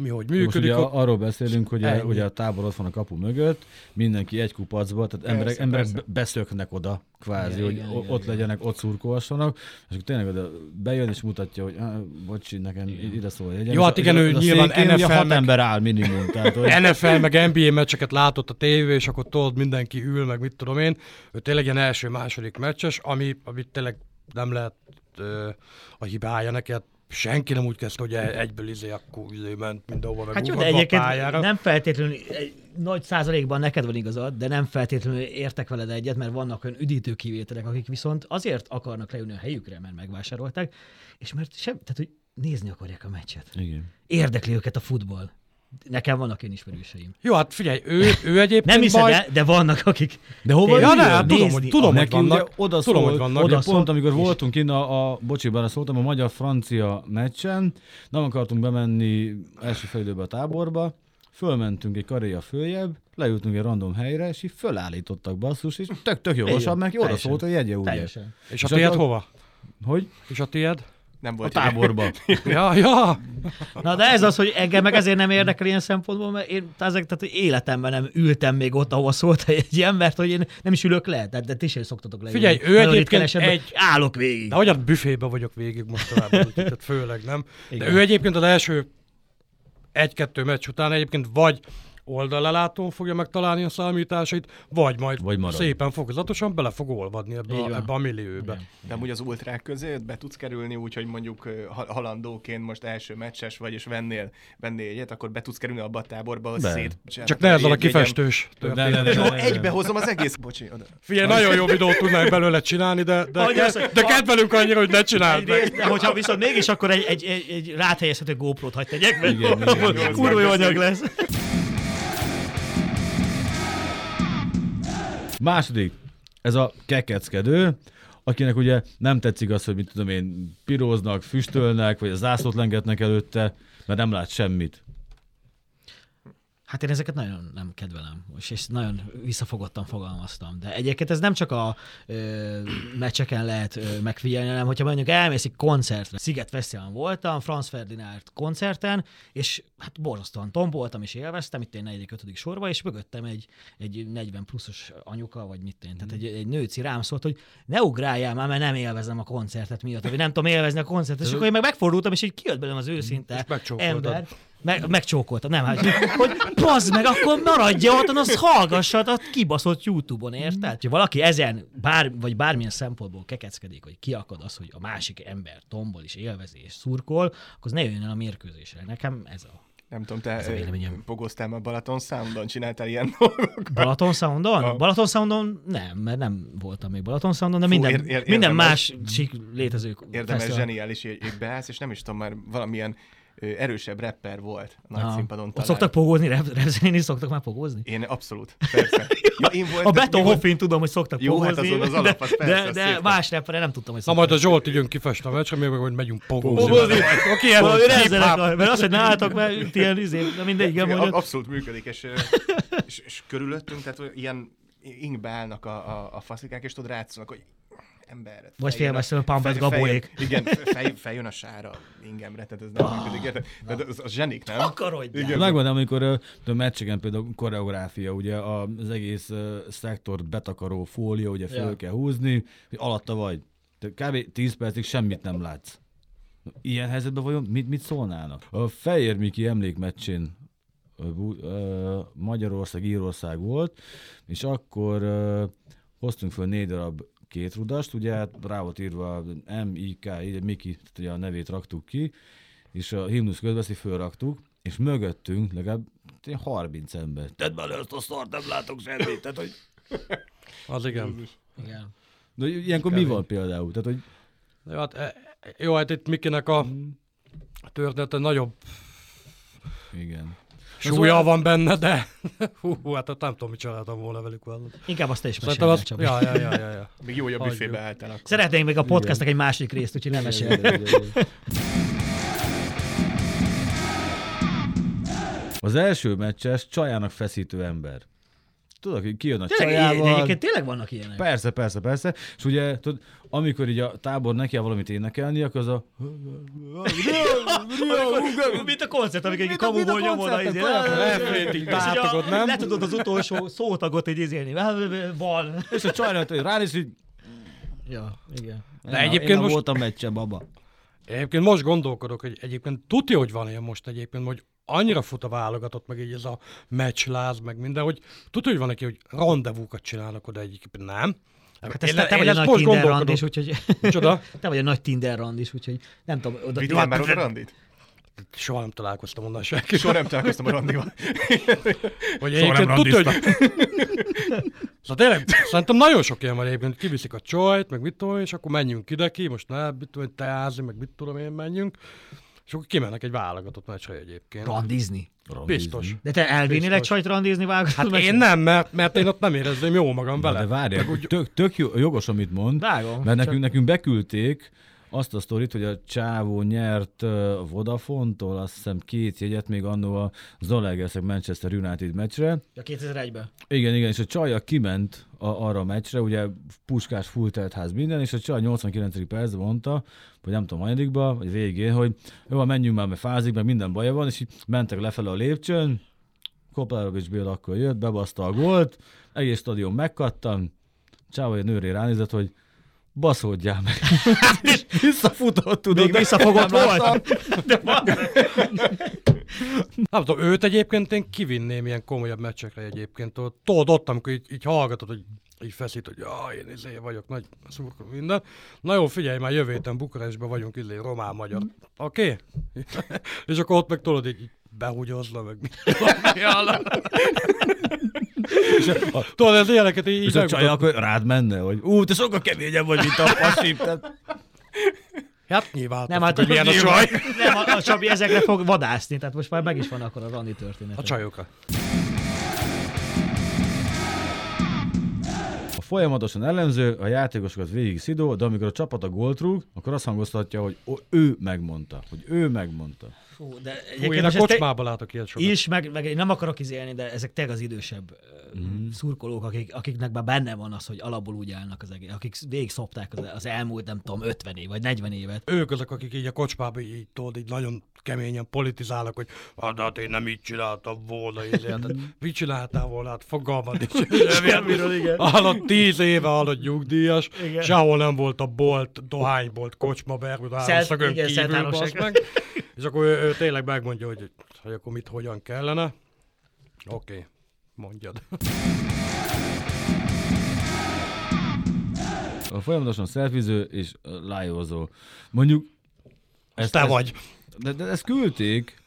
mi hogy
Most
működik.
ugye
Most
a, arról beszélünk, hogy
Ennyi.
a, ugye a tábor ott van a kapu mögött, mindenki egy kupacba, tehát emberek,
Persze,
emberek
persze.
be- beszöknek oda, kvázi,
Igen,
hogy
igen,
o-
igen,
ott
igen.
legyenek, ott szurkolhassanak, és akkor tényleg oda bejön és mutatja, hogy ah, bocsi, nekem ide szól egy
Jó, hát igen, ő nyilván NFL
hat
meg-
ember áll minimum, tehát
(laughs)
hogy
NFL meg NBA meccseket látott a tévé, és akkor tudod, mindenki ül, meg mit tudom én. Ő tényleg ilyen első-második meccses, ami, amit tényleg nem lehet ö, a hibája neked. Senki nem úgy kezdte, hogy egyből izé, akkor izé ment mindenhova, meg
Hát jó, de
ugrott a
egyébként
pályára.
nem feltétlenül egy nagy százalékban neked van igazad, de nem feltétlenül értek veled egyet, mert vannak olyan üdítő kivételek, akik viszont azért akarnak leülni a helyükre, mert megvásárolták, és mert sem, tehát hogy nézni akarják a meccset.
igen.
Érdekli őket a futball. Nekem vannak én ismerőseim.
Jó, hát figyelj, ő, ő egyébként
Nem hiszed,
baj-
de, de vannak, akik...
De hova
Tényleg
Ja, ne, hát
nézni
tudom, hogy, tudom, hogy
Neki ugye
vannak.
oda
tudom,
szólt,
hogy vannak.
Oda
Oda
pont,
szólt,
amikor
és-
voltunk kint a, a bocsi, beleszóltam, a magyar-francia meccsen, nem akartunk bemenni első felidőbe a táborba, fölmentünk egy karéja följebb, leültünk egy random helyre, és így fölállítottak basszus, és tök, tök jogosan,
Igen,
meg oda
teljesen.
szólt a jegye ugye.
Teljesen.
És a
És
tiéd
akkor-
hova?
Hogy?
És a tiéd?
Nem
A
volt idő.
táborba.
Ja, ja.
Na de ez az, hogy engem meg ezért nem érdekel ilyen szempontból, mert én ezek, tehát hogy életemben nem ültem még ott, ahol szólt egy ilyen, mert hogy én nem is ülök le, de, de ti sem szoktatok leülni.
Figyelj, ő
Nagyon ritkán
egyébként
esetben
egy-
Állok végig.
De hogyan büfébe vagyok végig mostanában, úgyhogy, tehát főleg nem. De
Igen.
ő egyébként az első egy-kettő meccs után egyébként vagy oldalelátón fogja megtalálni a számításait, vagy majd
Vagy marad.
szépen fokozatosan bele fog olvadni ebbe,
Így
a,
van.
ebbe a millióbe.
De amúgy az ultrák közé be tudsz kerülni, úgyhogy mondjuk ö, ha- halandóként most első meccses vagy, és vennél, vennél egyet, akkor be tudsz kerülni abba a táborba, hogy
Be.
szét...
Csak ne ezzel a
jegyem.
kifestős történet.
ne,
Jó, egybehozom az egész... Bocsi, oda.
Figyelj, nagyon jó videót tudnánk belőle csinálni, de, de,
Hogy az, hogy-
de kedvelünk annyira, hogy ne csináld meg.
Egyrészt, de hogyha viszont mégis, akkor egy, egy, egy, egy ráthelyezhető GoPro-t hagyd tegyek, mert
Igen, igen,
abból
igen.
kurva jó anyag lesz.
Második, ez a kekeckedő, akinek ugye nem tetszik az, hogy mit tudom én, piróznak, füstölnek, vagy a zászlót lengetnek előtte, mert nem lát semmit.
Hát én ezeket nagyon nem kedvelem, most, és nagyon visszafogottan fogalmaztam. De egyébként ez nem csak a ö, meccseken lehet ö, megfigyelni, hanem hogyha mondjuk elmész egy koncertre. Sziget Fesztiválon voltam, Franz Ferdinand koncerten, és hát borzasztóan tomboltam és élveztem, itt én negyedik, ötödik sorba, és mögöttem egy, egy 40 pluszos anyuka, vagy mit én. Tehát egy, egy nőci rám szólt, hogy ne ugráljál már, mert nem élvezem a koncertet miatt, vagy nem tudom élvezni a koncertet. És akkor én meg megfordultam, és így kijött belőlem az őszinte
megcsókoltad.
ember. Meg, megcsókolta, nem, hát, hogy bazd meg, akkor maradja ott, az hallgassa a kibaszott YouTube-on, érted? Ha valaki ezen, bár, vagy bármilyen szempontból kekeckedik, hogy kiakad az, hogy a másik ember tombol és élvezi és szurkol, akkor az ne jöjjön el a mérkőzésre. Nekem ez a
Nem tudom, te
a
ö,
véleményem.
pogoztál már Balaton Soundon, csináltál ilyen
Balaton Soundon?
A-
Balaton Soundon nem, mert nem voltam még Balaton Soundon, de minden,
ér- ér-
minden
érdemes.
más sík létező
érdemes,
fesztivál.
zseniális, hogy így beállsz, és nem is tudom, már valamilyen ö, erősebb rapper volt a nagy
Aha.
színpadon
Ott
talán.
szoktak pogózni, rep, repzenén is szoktak már pogózni.
Én abszolút, persze. ja, én
A
voltam,
Beton
mikor-
Hoffin tudom, hogy szoktak
Jó, hát
pogózni,
azon az
de,
alap, az persze,
de,
az
de
szép.
más repre nem tudtam, hogy
Na
szoktak.
majd a Zsolt ügyön kifest a meccsre, még meg, hogy megyünk pogózni.
Pogózni.
Aki ilyen
Valami rezzenek,
hip-hop
a- mert azt, hogy nálatok, mert itt ilyen izé, na mindegy, igen,
Igen,
mondjuk.
abszolút működik,
(laughs)
és, ö, és, és körülöttünk, tehát hogy ilyen ingbe állnak a, a, a faszikák, és tudod rátszolnak, hogy emberre.
Vagy
feljön a-
félmesztelen Pumped
fej-
Gaboék.
feljön- Igen, fej, feljön a sára ingemre, tehát ez nem
Ah.
működik. érted? Tehát az, az zsenik, nem?
Akarodjál.
Megvan, amikor ö, a meccseken például koreográfia, ugye a- az egész ö, szektort betakaró fólia, ugye föl
Ja.
kell húzni, hogy alatta vagy. Te kb. 10 percig semmit nem látsz. Ilyen helyzetben vajon mit, mit szólnának? A Fehér Miki emlékmeccsén ö, Bú- ö, Magyarország, Írország volt, és akkor ö, hoztunk föl négy darab két rudast, ugye hát rá volt írva M-I-K, így Miki, tehát ugye a nevét raktuk ki, és a himnusz közbeszi fölraktuk, és mögöttünk legalább tényleg 30 ember. Tedd bele azt a szart, nem látok semmit. Tehát, hogy...
Az igen.
Igen.
De ilyenkor mi van például? Tehát, hogy
Jó, hát, e- jó, hát itt Mikinek a története nagyobb
(laughs) igen.
súlya van benne, de (laughs) hú, hát ott nem tudom, mit csináltam volna velük valami.
Inkább azt te is
Szerintem
mesélj,
az...
Csabi.
Ja, ja, ja, ja, ja.
Még jó, hogy a
Hagyjuk.
büfébe álltál akkor.
Szeretnénk még a podcastnak egy másik részt, úgyhogy nem mesélj.
Az első meccses csajának feszítő ember. tudod, kijön a
Tényleg, de
csajával.
egyébként tényleg vannak ilyenek.
Persze, persze, persze. És ugye, tudod, amikor így a tábor neki áll valamit énekelni, akkor az a...
Mint a koncert, amikor egy
Mint a- mint a
kamuból nyomod a
koncerten,
izé.
kajakon
elfétik,
És
bátogod,
így a-
nem?
Le tudod az utolsó szótagot így izélni. Van.
És a csajnak ránéz, hogy...
Ja, igen.
Na,
egyébként
én a
most-
voltam meccse, baba.
Egyébként most gondolkodok, hogy egyébként tuti, hogy van ilyen most egyébként, hogy annyira fut a válogatott, meg így ez a meccsláz, meg minden, hogy tudja, hogy van neki, hogy rendezvúkat csinálnak oda egyébként, nem?
Hát
Én-
ezt te, te
én
vagy a
ezt
nagy
most
Tinder
gondolkodom.
randis, úgyhogy... (laughs)
Micsoda?
Te vagy a nagy Tinder randis, úgyhogy nem tudom, oda...
Vittél már oda randit?
Soha nem találkoztam onnan senki.
Soha nem találkoztam a randival.
Vagy
Soha nem
egyébként tudja, hogy...
randiztam.
(laughs) szóval tényleg, szerintem nagyon sok ilyen van egyébként, kiviszik a csajt, meg mit tudom, én, és akkor menjünk ide ki, most ne, mit tudom, én, teázni, meg mit tudom én, menjünk. És akkor kimennek egy válogatott meccsre egyébként.
Randizni.
Biztos.
De te elvinnél egy
Biztos.
csajt randizni vágod? (laughs)
Hát én nem, mert, mert én ott nem érezném jó magam
Na, de
vele.
várjál, tök, tök jó- jogos, amit mond,
Vágom.
mert
Csak-
nekünk, nekünk beküldték azt a sztorit, hogy a csávó nyert ö, Vodafontól, azt hiszem két jegyet még annó a Zalaegerszeg Manchester United meccsre.
A 2001-ben.
Igen, igen, és a csajja kiment a, arra a meccsre, ugye puskás full telt ház minden, és a csaj 89. percben mondta, vagy nem tudom, hanyadikban, vagy végén, hogy jó, van, menjünk már, mert fázik, meg minden baja van, és így mentek lefele a lépcsőn, Kopárovics Béla akkor jött, bebaszta a gólt, egész stadion megkattan, Csáva egy nőré ránézett, hogy baszódjál meg. (laughs) és visszafutott, tudod.
Még
de
visszafogott
nem láttam.
volt? De van.
Nem tudom, őt egyébként én kivinném ilyen komolyabb meccsekre egyébként. Ott- Tudod, ott, amikor így, így hallgatod, hogy így feszít, hogy jaj, én izé vagyok, nagy szurkoló minden. Na jó, figyelj, már jövő héten Bukarestben vagyunk, izé, román-magyar. Oké? (laughs) És akkor ott meg tudod, így, így behúgyozna, meg mit tudom, mi állam. Tudod, ez ilyeneket így,
És
így
a csaj
megmutat.
akkor rád menne, hogy ú, te sokkal keményebb vagy, mint a pasim. Tehát,
Hát nyilván,
Nem, hát
hogy milyen a
nyilván-
csaj.
Nem, a, a Csabi ezekre fog vadászni, tehát most már meg is van akkor a randi történet.
A csajokra.
A folyamatosan ellenző, a játékosokat végig szidó, de amikor a csapat a gólt rúg, akkor azt hangoztatja, hogy o- ő megmondta. Hogy ő megmondta.
Fú, de
Hú,
egyébként
én a
most ezt te-
kocsmába látok ilyet sokat.
is, meg, meg én nem akarok izélni, de ezek tényleg az idősebb mm. szurkolók, akik, akiknek már benne van az, hogy alapból úgy állnak az egész, akik végig szopták az, az elmúlt, nem tudom, 50 év vagy 40 évet.
ők azok, akik így a kocsmába így, tudod, így nagyon keményen politizálnak, hogy hát, de hát én nem így csináltam volna, izé, hát, mit csináltál volna, hát fogalmad
(laughs)
is. Hallott tíz éve hallott nyugdíjas,
Igen.
sehol nem volt a bolt, dohánybolt, kocsma, berúd, háromszagon
igen,
kívül,
szeltárosság.
bassz meg. És akkor ő, ő tényleg megmondja, hogy, hogy akkor mit, hogyan kellene. Oké, okay, mondjad.
A folyamatosan szelfiző és ö, lájozó. Mondjuk...
Ez te vagy.
De, de ezt küldték,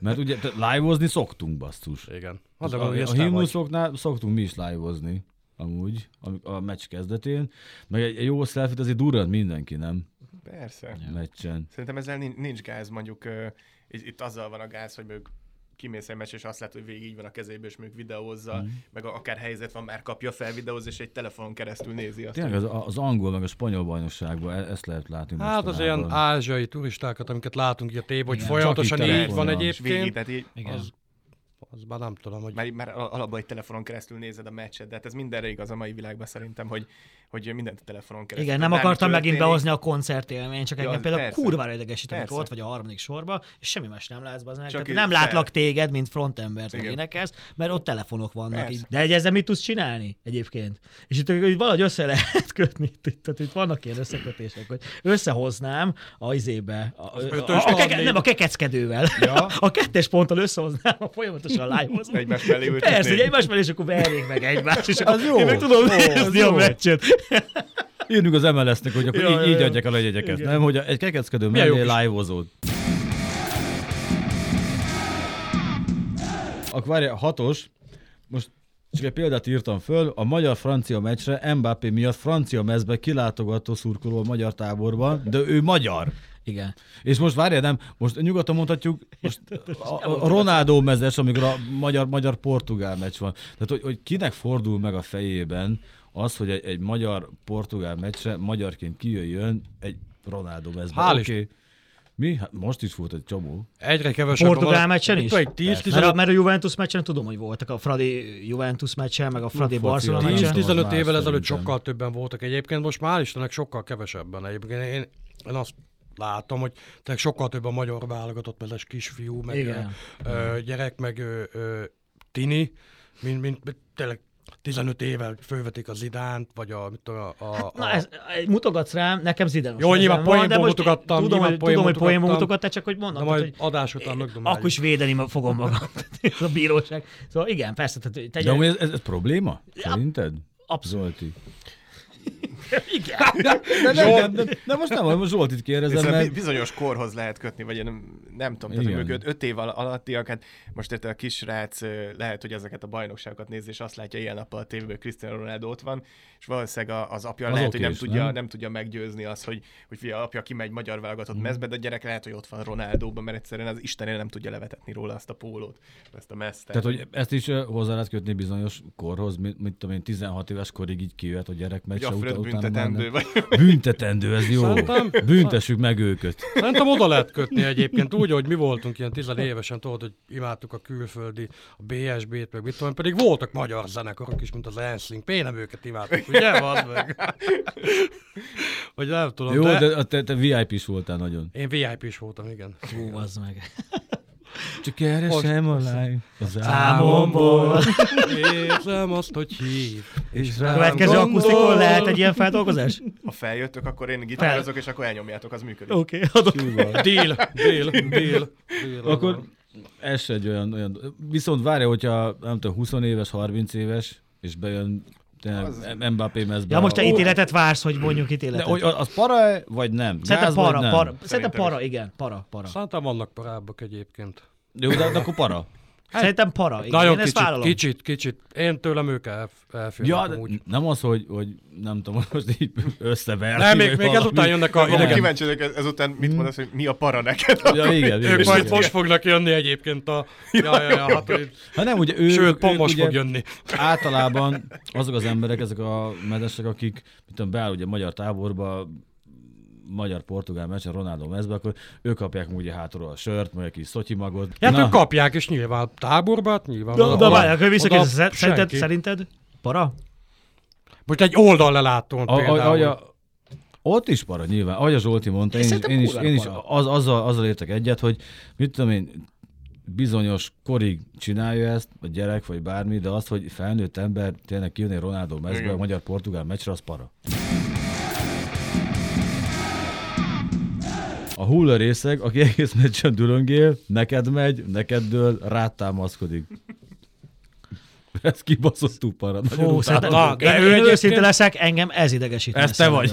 mert ugye te- lájvozni szoktunk, basszus.
Igen. Az
A,
a, hogy
a,
ez
a
te vagy.
himnuszoknál szoktunk mi is lájvozni, amúgy, ami- a meccs kezdetén. Meg egy, egy jó szelfit azért durran mindenki, nem?
Persze.
Meccsen.
Szerintem ezzel nin- nincs gáz, mondjuk ö, itt, itt azzal van a gáz, hogy mondjuk kimész egy meccs, és azt látod, hogy végig így van a kezébe, és mondjuk videózza,
Mhm.
mm. meg a- akár helyzet van, már kapja fel, videóz, és egy telefonon keresztül nézi azt.
Tényleg az, az angol meg a spanyol bajnokságban e- ezt lehet látni.
Hát az
mostanában.
ilyen ázsiai turistákat, amiket látunk így a tév, hogy
Igen,
folyamatosan
csak itt a
így van
telefonon.
És végig,
egyébként.
tehát így,
Igen.
Az, az már nem tudom, hogy...
már, már al- alapban egy telefonon keresztül nézed a meccset, de hát ez mindenre igaz a mai világban szerintem, hogy, hogy mindent a telefonon keresztül.
Igen, nem
Bármi
akartam megint
történik.
behozni a koncertélményt, csak
Ja,
engem
az
például
persze.
kurvára idegesít, amikor
Persze.
ott vagy a harmadik sorba, és semmi más nem látsz, az Tehát
így
nem
fel.
látlak téged, mint frontembert, hogy
Igen.
énekelsz, mert ott telefonok vannak.
Persze.
Így. De egy ezzel mit tudsz csinálni egyébként? És itt hogy valahogy össze lehet (laughs) kötni, itt- itt- tehát itt vannak ilyen összekötések, hogy összehoznám a izébe, a, a, a,
ötös
a, keke,
tannék.
nem a kekeckedővel, ja. (laughs) a kettes ponttal összehoznám a folyamatosan a live
Egymás mellé ültetnéd.
Persze, hogy egymás mellé, és akkor verjék meg egymást, és akkor
jó.
én meg tudom
Ó, az
nézni a
jó.
meccset.
Írjuk az MLS-nek, hogy akkor
Ja,
így,
ja,
így
ja.
adják el a jegyeket.
Igen.
Nem, hogy egy kekeckedő
Milyen
mellé
jó kis-
live-ozód. Akkor várja, hatos. Most csak egy példát írtam föl. A magyar-francia meccsre Mbappé miatt francia mezbe kilátogató szurkoló a magyar táborban, de ő magyar.
Igen.
És most várjál, nem, most nyugodtan mondhatjuk, most a, a Ronaldo mezes, amikor a magyar-magyar-portugál meccs van. Tehát, hogy, hogy kinek fordul meg a fejében az, hogy egy, egy magyar-portugál meccsre magyarként kijöjjön egy Ronaldo mezbe.
Hál'
Oké. Mi? Hát most is volt egy csomó.
Egyre kevesebb. a
Portugál
valaki-
meccsen is?
Itt Egy 10
Mert,
15
mert a Juventus meccsen tudom, hogy voltak a Fradi Juventus meccsen, meg a Fradi
foci,
Barcelona
az
meccsen.
nincs.
10-15
más
évvel ezelőtt
szerintem.
sokkal többen voltak egyébként, most már Istennek sokkal kevesebben egyébként. Én, én azt látom, hogy tényleg sokkal több a magyar válogatott, mert ez kisfiú, meg
Igen.
Ö, ö, gyerek, meg ö, ö, tini, mint, mint, mint tényleg 15 éve fölvetik az idánt, vagy a... Mit tudom, a, a,
Hát Na,
a-
ez, mutogatsz rám, nekem Zidane.
Jó, nyilván
Zidane van, de
poénból
most
mutogattam,
Tudom,
nyilván
hogy, tudom, hogy
poénból
poénból
mutogattam.
mutogattam, csak hogy mondom.
Na
tehát,
majd
hogy
adás után megdomáljuk.
akkor is védeni ma- fogom magam. (laughs) Ez a bíróság. Szóval igen, persze, tehát
De
tegyen,
amúgy ez, ez, ez probléma? Szerinted?
Abszolút.
Zolti.
Igen.
(laughs) De, nem, nem, nem, de most nem, most Zoltit kérdezem,
Hiszen
mert
bi- bizonyos korhoz lehet kötni, vagy nem, nem tudom, tehát
Igen.
a mögött öt év al- alattiak, hát most érte a kisrác ö, lehet, hogy ezeket a bajnokságokat nézi, és azt látja ilyen nappal a tévében, hogy Cristiano Ronaldo ott van, és valószínűleg a- az apja
Az
az lehet,
oké
hogy nem
is,
tudja,
nem?
nem? nem tudja meggyőzni azt, hogy, hogy fia, apja kimegy magyar
Mm.
válogatott mezbe, de a gyerek lehet, hogy ott van Ronaldóban, mert egyszerűen az Istenére nem tudja levetetni róla azt a pólót, ezt a mezt.
tehát, hogy ezt is ö, hozzá lehet kötni bizonyos korhoz, mint, mint tudom én, 16 éves korig így kijöhet a gyerek, meg
hogy
se
a
utána már
Fred
nem.
büntetendő, vagy
(laughs) Büntetendő, ez jó.
Szerintem-
Büntessük meg őket.
Szerintem oda lehet kötni egyébként, úgy, hogy mi voltunk ilyen 10 évesen, tudod, hogy imádtuk a külföldi, a BSB-t, meg mit tudom, én, pedig voltak magyar zenekarok is, mint az Enslink, én nem őket imádtuk, ugye van meg? Vagy nem tudom,
Jó,
de...
de a te, te VIP is voltál nagyon.
Én VIP is voltam, igen.
Hú, az meg.
Csak keresem a lány. Az
Álmomból.
Érzem azt, hogy hív.
és
A
rá.
következő akusztikon lehet egy ilyen
(laughs)
feldolgozás?
ha feljöttök, akkor én gitározok, és akkor elnyomjátok, az működik.
Oké, okay, adok.
Dél, dél, dél.
(laughs) Akkor ez se egy olyan, olyan... Viszont várja, hogyha nem tudom, 20 éves, 30 éves, és bejön tényleg Mbappé mezbe.
Ja, most te
a-
ítéletet vársz, hogy mondjuk
De
ítéletet.
hogy az para vagy nem?
Szerintem
Gáz vagy
para,
nem?
para, szerintem
Szerintem
para, igen, para, para.
Szerintem vannak parábbak egyébként.
Jó, de, de akkor para.
Szerintem para, igen.
Hát, Nagyon
Én ezt
kicsit,
vállalom.
kicsit, kicsit. Én tőlem ők el, elférnek
Ja,
ja,
de
amúgy.
nem az, hogy, hogy nem tudom, most így összeverni.
Nem, még,
vagy
még
valami.
ezután jönnek a...
Akkor
Igen.
kíváncsi vagyok ez- ezután, mit
Mm.
mondasz, hogy mi a para neked?
Ja, igen, igen,
Ők
igen.
majd most fognak jönni
(laughs)
egyébként a... Ja, ja, ja, hát, hogy...
Ha nem, ugye ő,
Sőt, pont
ők
most
ugye
fog jönni.
Általában azok az emberek, ezek a medesek, akik mit tudom, beáll ugye magyar táborba, magyar-portugál meccsen Ronaldo mezbe, akkor ők kapják ugye hátulról a sört, meg egy kis szotyi magot.
Hát ők kapják, és nyilván táborba, hát nyilván...
Na,
oda-
de várj, akkor
oda
visszakérdezem. Szerinted,
senki.
szerinted para?
Most egy oldal lelátón
A- a- ahogy
például.
a- Ott is para nyilván, ahogy a Zsolti mondta, én, is,
szerintem
én is,
kurvára
én is
para.
az, azzal, azzal értek egyet, hogy mit tudom én, bizonyos korig csinálja ezt, a gyerek vagy bármi, de azt, hogy felnőtt ember tényleg kijön egy Ronaldo mezbe a magyar-portugál meccsre, az para. A hulla részeg, aki egész meccsen dülöngél, neked megy, neked dől, rád támaszkodik. Ez kibaszottul para. Nagyon
Ó,
utálom.
szerintem,
Na, de
én,
ő
én
egyébként-
őszinte leszek, engem ez idegesít.
Ez te vagy.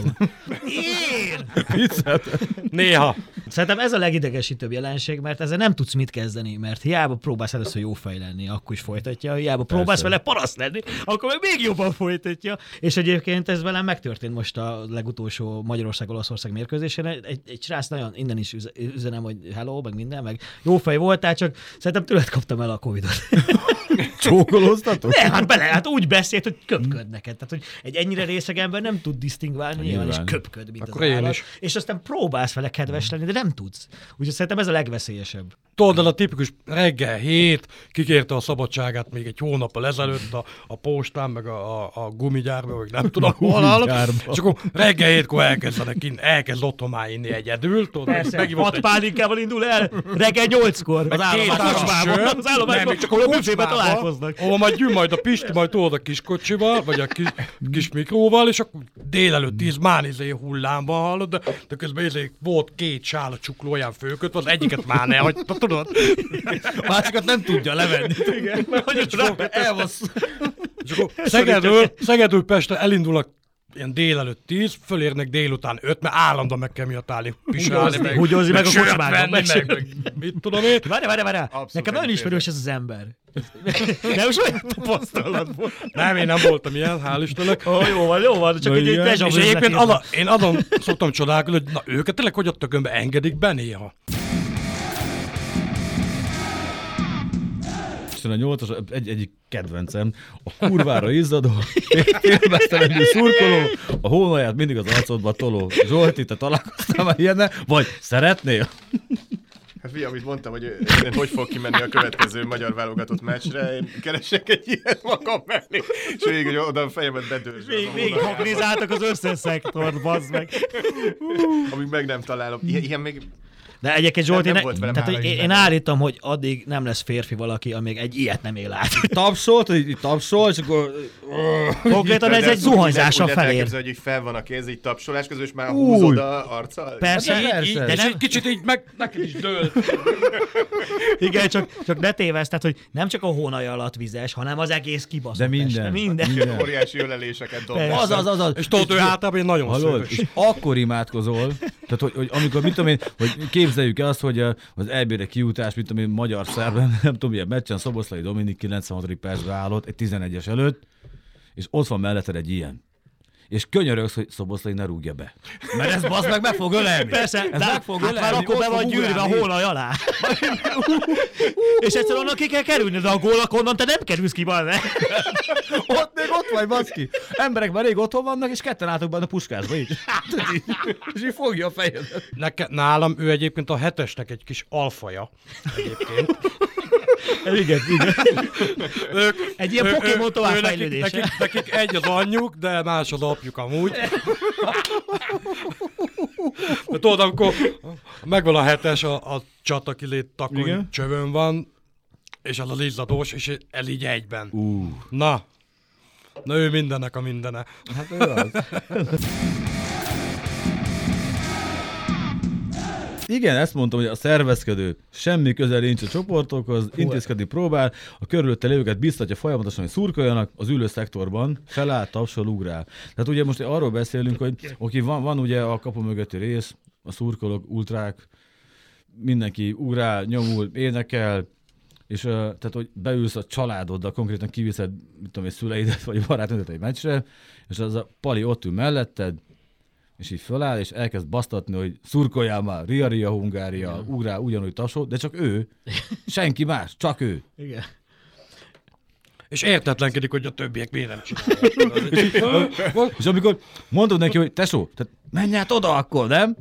Én!
Viccet.
Néha.
Szerintem ez a legidegesítőbb jelenség, mert ezzel nem tudsz mit kezdeni, mert hiába próbálsz először jó fej lenni, akkor is folytatja, hiába próbálsz
Persze.
vele paraszt lenni, akkor meg még jobban folytatja. És egyébként ez velem megtörtént most a legutolsó Magyarország-Olaszország mérkőzésen. Egy, egy srác nagyon innen is üze- üzenem, hogy hello, meg minden, meg jó fej voltál, csak szerintem tőled kaptam el a
(laughs)
Covid-ot.
Csókolóztatok?
(laughs) Ne, hát bele, hát úgy beszélt, hogy köpköd neked. Tehát, hogy egy ennyire részeg ember nem tud disztingválni, nyilván, és
Nyilván.
köpköd, mint
Akkor
az
én
állat.
is. Mm.
És aztán próbálsz vele kedves lenni, de nem tudsz. Úgyhogy szerintem ez a legveszélyesebb.
Tudod, el a tipikus reggel hét, kikérte a szabadságát még egy hónappal ezelőtt a, a postán, meg a, a, a gumigyárban, vagy nem tudom hol áll.
gumigyárba.
És akkor reggel hétkor elkezdenek inni, elkezd otthon már inni egyedül, tudod,
Persze,
megivott
hat
egy
pálinkával indul el, reggel nyolckor az
két
állomás kocsmában,
sört,
az állomás
nem, még
kocsmában, a bucébe
kocsmába,
találkoznak.
Ahol majd jön majd a Pisti, majd tudod a kis kocsival, vagy a kis, kis mikróval, és akkor délelőtt tíz már izé hullámban hallod, de, de közben izé volt két sál a csuklóján fölkötve, az egyiket már ne hagyta, tudod?
A másikat nem tudja levenni.
(laughs)
Igen, mert hogy ott rá-
És akkor (laughs) Szegedről, Szegedről Pestre elindulnak ilyen délelőtt 10, fölérnek délután 5, mert állandóan meg kell miatt állni, pisálni,
Húgyozni, húgyozni meg a
sört
kocsmában,
venni,
meg
meg,
sört.
meg, mit tudom én.
Várj, várj, várj,
Abszolút
nekem nagyon
egyetértek.
ismerős ez az ember. Nem is olyan tapasztalatból.
Nem, én nem voltam ilyen, hál' Istennek.
Ó, jó van, jó van, csak
Na
egy, egy
igen.
déjà
És
vu
egyébként
üzlet
ala, én azon szoktam csodálkozni, hogy na őket tényleg hogy a tökönbe engedik be néha.
most jön a nyolcas, egy, egyik kedvencem, a kurvára izzadó, félmeztelenül szurkoló, a hónaját mindig az arcodba toló. Zsolti, te találkoztál már ilyenne? Vagy szeretnél?
Hát figyelj, amit mondtam,
(laughs)
hogy én hogy fog kimenni a következő magyar válogatott meccsre, én keresek egy ilyet magam mellé, és végig, hogy oda a fejemet bedőrzsöm.
Végig hagnizáltak az összes szektort, bazd meg.
Amíg meg nem találom. Ilyen, ilyen még
Hát
De egyébként Zsolt,
Nem
én,
volt velem
tehát,
hála
hogy én, én
Istennek.
állítom, hogy addig nem lesz férfi valaki, amíg egy ilyet nem él át.
Tapsolt, így így tapsolt, és akkor...
Konkrétan ez
de
egy
ezt úgy
zuhanyzással
lehet- úgy lehet
felér.
elképzelni, hogy így fel van a kéz, így tapsolás közben, és már
Új.
húzod a arccal.
Persze,
Hát de
így- így-
persze.
de
És
nem,
egy kicsit így meg, neked is dől.
(laughs) igen, csak, csak ne tévesz, tehát, hogy nem csak a hónaj alatt vizes, hanem az egész kibaszott
De minden.
Este, minden.
(laughs)
Minden.
Óriási öleléseket dob.
Persze.
Az, az, az, az.
És tudod, ő általában egy nagyon
Hallod?
szőrös.
És akkor imádkozol, tehát hogy, hogy amikor, mit tudom én, hogy képzeljük el azt, hogy a- az EB-re kijutás, mit tudom én, magyar szerb, (laughs) nem tudom, ilyen meccsen Szoboszlai Dominik 96. percbe állott, egy 11-es előtt, és ott van melletted egy ilyen. És könyörögsz, hogy Szoboszlai ne rúgja be. Mert ez basz meg, meg fog ölelni.
Persze,
ez
de
meg fog
hát
ölelni.
már akkor
ott
be van
fog
gyűrve a
ugrálni.
hólaj alá. És egyszer onnan ki kell kerülni, de a gólak onnan te nem kerülsz ki, balne.
Ott még ott vagy, baszki. Emberek már rég otthon vannak, és ketten álltok benne a puskásba így. Tudod, így. És így fogja a fejedet.
Neke, nálam ő egyébként a hetesnek egy kis alfaja. Egyébként.
Igen, igen.
Ők,
Egy ilyen
ő- ő-
Pokémon
ő
továbbfejlődése.
Nekik, nekik, nekik egy az anyjuk, de más az apjuk amúgy. De tudod, amikor megvan a hetes, a, a csata kilét takony
Igen.
csövön van, és az az izzadós, és el így egyben.
Ú,
Na, na ő mindennek a mindene.
hát ő az. Igen, ezt mondtam, hogy a szervezkedő semmi közel nincs a csoportokhoz, intézkedni próbál, a körülötte lévőket biztatja folyamatosan, hogy szurkoljanak, az ülő szektorban feláll, tapsol, ugrál. Tehát ugye most arról beszélünk, hogy oké, van, van ugye a kapu mögötti rész, a szurkolók, ultrák, mindenki ugrál, nyomul, énekel, és ö, tehát, hogy beülsz a családoddal, konkrétan kiviszed, mit tudom, én, szüleidet vagy barátnődet egy meccsre, és az a pali ott ül melletted, és így föláll, és elkezd basztatni, hogy szurkoljál már, Ria Ria Hungária, ugrál, ugyanúgy tasó, de csak ő, senki más, csak ő.
igen.
És értetlenkedik, hogy a többiek miért nem
(laughs)
csinálják.
És amikor mondod neki, hogy tesó, tehát menj át oda akkor, nem?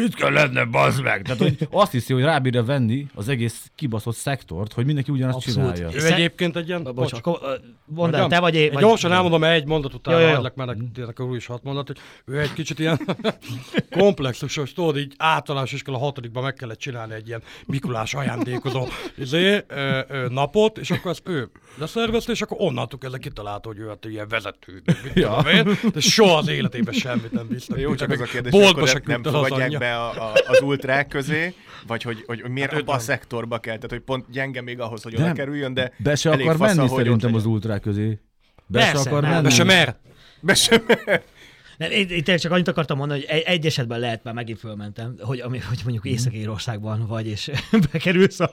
Mit kell lenne, bazd meg? Tehát, hogy azt hiszi, hogy rábírja venni az egész kibaszott szektort, hogy mindenki ugyanazt
Abszolút.
csinálja.
ő egyébként egy ilyen...
Bocs,
Bocs.
akkor ö, mondd el,
Mondjam?
te vagy én.
Én
Vagy...
gyorsan elmondom, mert egy mondat
Jó,
után
jó, jó.
hagylak, mert tényleg úr is hat mondat, hogy ő egy kicsit ilyen (laughs) komplexusos, tudod, így általános iskola hatodikban meg kellett csinálni egy ilyen Mikulás ajándékozó izé, ö, ö, napot, és akkor ezt ő leszervezte, és akkor onnantól kezdve kitalálta, hogy ő hát ilyen vezető, meg
(laughs)
mit tudom én, de soha az életében semmit nem biztos.
Jó, csak az a kérdés, hogy
Boltba se
akkor nem
küldte az
fogadják
anyja. Hát,
be a, a, az ultrák közé, vagy hogy, hogy miért abba a szektorba kell, tehát hogy pont gyenge még ahhoz, hogy oda
Nem.
kerüljön, de
Be se
elég
akar
fasza,
menni
hogy ott
szerintem
legyen.
az ultrák közé. Be se
Persze,
akar
nem.
menni.
De er. se mer.
Be sem.
Nem, én, én tényleg csak annyit akartam mondani, hogy egy, egy esetben lehet, már megint fölmentem, hogy, ami, hogy mondjuk Észak-Írországban vagy, és (laughs) bekerülsz a,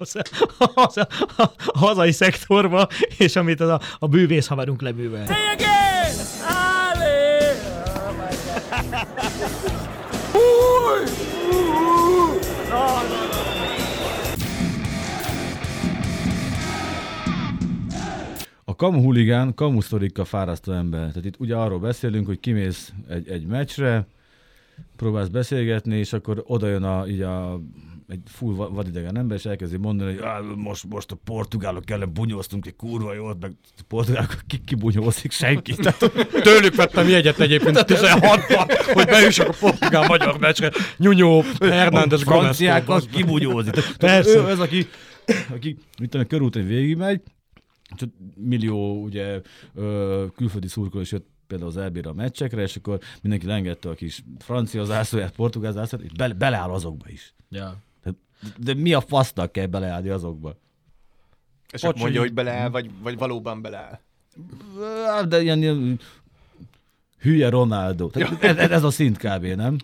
a, haza- a, a hazai szektorba, és amit az a, a bűvész haverunk lebűvel.
A kamu huligán, kamu sztorika fárasztó ember. Tehát itt ugye arról beszélünk, hogy kimész egy, egy meccsre, próbálsz beszélgetni, és akkor oda jön a, így a, egy full va- vadidegen ember, és elkezdi mondani, hogy "Á, most, most a portugálok ellen bunyóztunk egy kurva jót, meg a portugálok ki, kibunyózik
(laughs)
senki. Tehát,
Tőlük vettem jegyet egyébként 16-ban, hogy beüssek a portugál magyar meccsre. Nyunyó, Hernández, Gomez.
franciákat kibunyózik. Tehát, tehát
Persze.
ő az, aki, aki mit tudom, körúton végigmegy, és ott millió ugye ö, külföldi szurkoló is jött például az eb a meccsekre, és akkor mindenki lengette a kis francia zászlóját, portugál zászlóját, és bele, beleáll azokba is.
Ja.
Tehát, de mi a fasznak kell beleállni azokba?
És akkor
Bocs,
mondja,
hogy-
hogy beleáll, vagy, vagy valóban beleáll.
Á, De ilyen, ilyen hülye Ronaldo. Tehát ez, ez, ez, a szint kb. nem?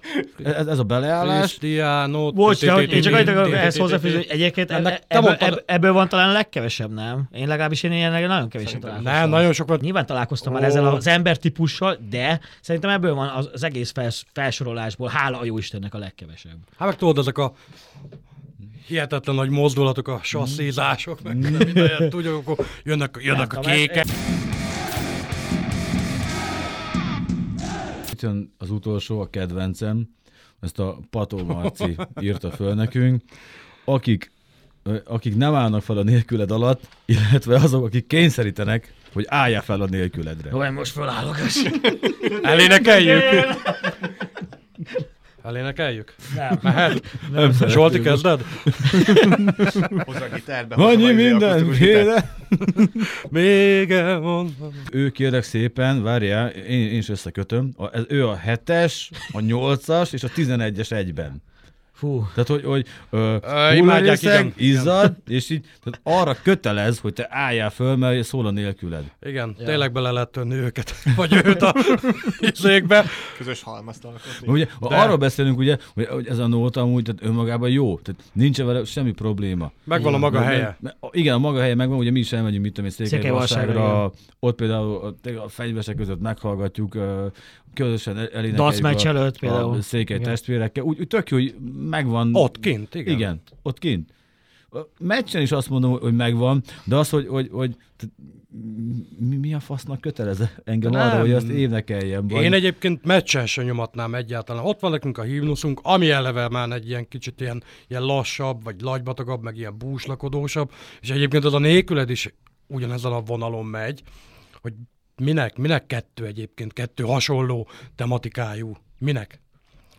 Ez, ez a beleállás.
Cristiano.
Bocs, csak, én csak annyit akarok ehhez hozzáfűzni, hogy egyébként
Ennek
ebből,
te
ebből,
mondtad-
ebből van talán a legkevesebb, nem? Én legalábbis én ilyen nagyon keveset találkoztam.
Nem, nagyon sok volt.
Nyilván találkoztam már
Ó.
ezzel az embertípussal, de szerintem ebből van az, az egész fels, felsorolásból, hála a jó Istennek a legkevesebb.
Hát meg tudod, ezek a hihetetlen nagy mozdulatok, a sasszézások, meg minden, tudjuk, akkor jönnek, jönnek a kékek.
Itt jön az utolsó, a kedvencem, ezt a Pató Marci írta föl nekünk, akik, ö, akik nem állnak fel a nélküled alatt, illetve azok, akik kényszerítenek, hogy álljál fel a nélküledre.
Jó, én most fölállok.
Elénekeljük! Elénekeljük?
Nem.
Mehet?
Nem
Zsolti, kezded?
Hozzá a gitárbe.
Annyi
hozzá a akusztikus
mindenféle!
Még elmondom.
Ő kérlek szépen, várjál, én, én is összekötöm, a, ez, ő a hetes, a nyolcas és a tizenegyes egyben.
Fú,
Tehát, hogy, hogy ö,
imádják,
hullámrészeg,
igen.
izzad, és így tehát arra kötelez, hogy te álljál föl, mert szól a nélküled.
Igen, ja. tényleg bele lehet tönni őket, (laughs) vagy őt a izékbe.
Közös halmazt alkotni.
Ugye, ha arról beszélünk, ugye, hogy- hogy ez a nóta amúgy tehát önmagában jó, tehát nincs vele semmi probléma.
Megvan a maga
Mert-
helye.
mert- mert- Igen, a maga helye megvan, ugye mi is elmegyünk, mit tudom én, Székelyvalságra, ott például a- tényleg a fegyvesek között meghallgatjuk, ö, közösen el- elénekeljük
Dac meccs
a-
előtt
a
például.
székely
Igen.
testvérekkel. Úgy, úgy tök jó, hogy megvan.
Ott kint, igen.
Igen. igen, ott kint. A meccsen is azt mondom, hogy megvan, de az, hogy, hogy, hogy tehát mi, mi a fasznak kötelez engem Nem. arra,
Nem.
hogy azt énekeljem. Vagy...
Én egyébként meccsen sem nyomatnám egyáltalán. Ott van nekünk a himnuszunk, ami eleve már egy ilyen kicsit ilyen, ilyen lassabb, vagy lagybatagabb, meg ilyen búslakodósabb, és egyébként az a nélküled is ugyanezen a vonalon megy, hogy minek, minek kettő egyébként, kettő hasonló tematikájú, minek?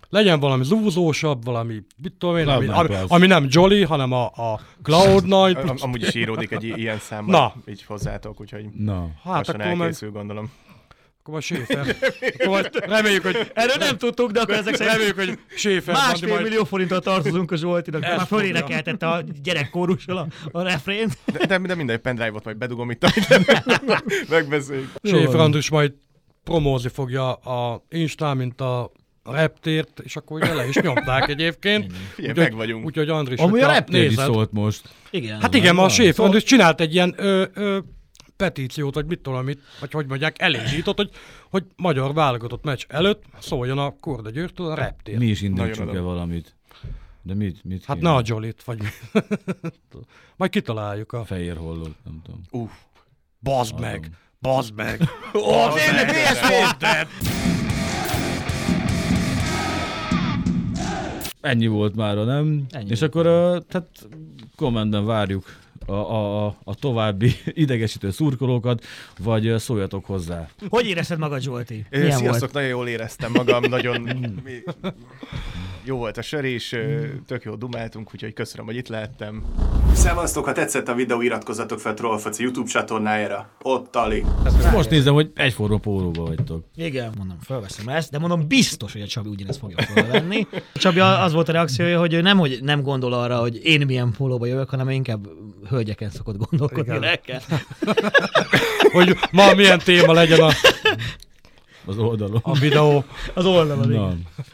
Legyen valami zúzósabb, valami, mit tudom én,
Cloud
ami,
Nine
ami,
Clouds.
ami nem Jolly, hanem a, a Cloud Night,
Am- amúgy is íródik egy i- ilyen számmal,
Na.
így hozzátok, úgyhogy
Na.
Hát
lassan
akkor meg,
elkészül, gondolom.
akkor majd Séfer. Akkor majd reméljük, hogy... Erről nem tudtuk, de akkor ezek szerint... Reméljük, hogy Séfer Bandi
Másfél
majd...
millió forinttal tartozunk a Zsoltinak,
Ezt
már fölénekeltette a gyerekkórussal a, a refrént.
De, de, de mindegy, pendrive-ot majd bedugom itt, amit (laughs) megbeszéljük.
Séfer András majd promózni fogja a Instán, mint a reptért, és akkor ugye le is nyomták
(laughs)
egyébként.
Figyelj,
Úgyhogy-
meg vagyunk.
Úgyhogy Andris,
Amúgy a
hogyha
reptér is
nézed-
szólt most.
Igen.
Hát igen, ma a
van.
Séfer András csinált egy ilyen ö, ö, petíciót, vagy mit tudom, amit, vagy hogy mondják, elindított, hogy, hogy magyar válogatott meccs előtt szóljon a Korda Győrtől a reptér.
Mi is indítsunk el
adom.
valamit. De mit? mit
Hát
kéne?
ne a Jolit, vagy mi. (laughs) Majd kitaláljuk a...
Fehér holló, nem tudom.
Bazd meg! Bazd meg!
Ennyi volt már, nem?
Ennyi
És
volt
akkor a, tehát kommentben várjuk a, a, a- a további (laughs) idegesítő szurkolókat, vagy ö, szóljatok hozzá.
Hogy érezted magad, Zsolti?
Ö,
Milyen
Sziasztok,
volt?
nagyon jól éreztem magam, nagyon
Hmm.
jó volt a sör, és ö, tök jól dumáltunk, úgyhogy köszönöm, hogy itt lehettem.
Szevasztok, ha tetszett a videó, iratkozzatok fel Trollfaci YouTube csatornájára. Ott Tali.
Most nézem, hogy egyforma pólóba vagytok.
Igen. Mondom, felveszem ezt, de mondom, biztos, hogy a Csabi ugyanezt fogja felvenni. (laughs) Csabi az volt a reakciója, hogy ő nem, hogy nem gondol arra, hogy én milyen pólóba jövök, hanem inkább hölgyeken szokott gondolkodni.
Igen.
lelkel.
hogy ma milyen téma legyen a,
Az oldalon.
a videó.
Az oldalon. igen.
Na.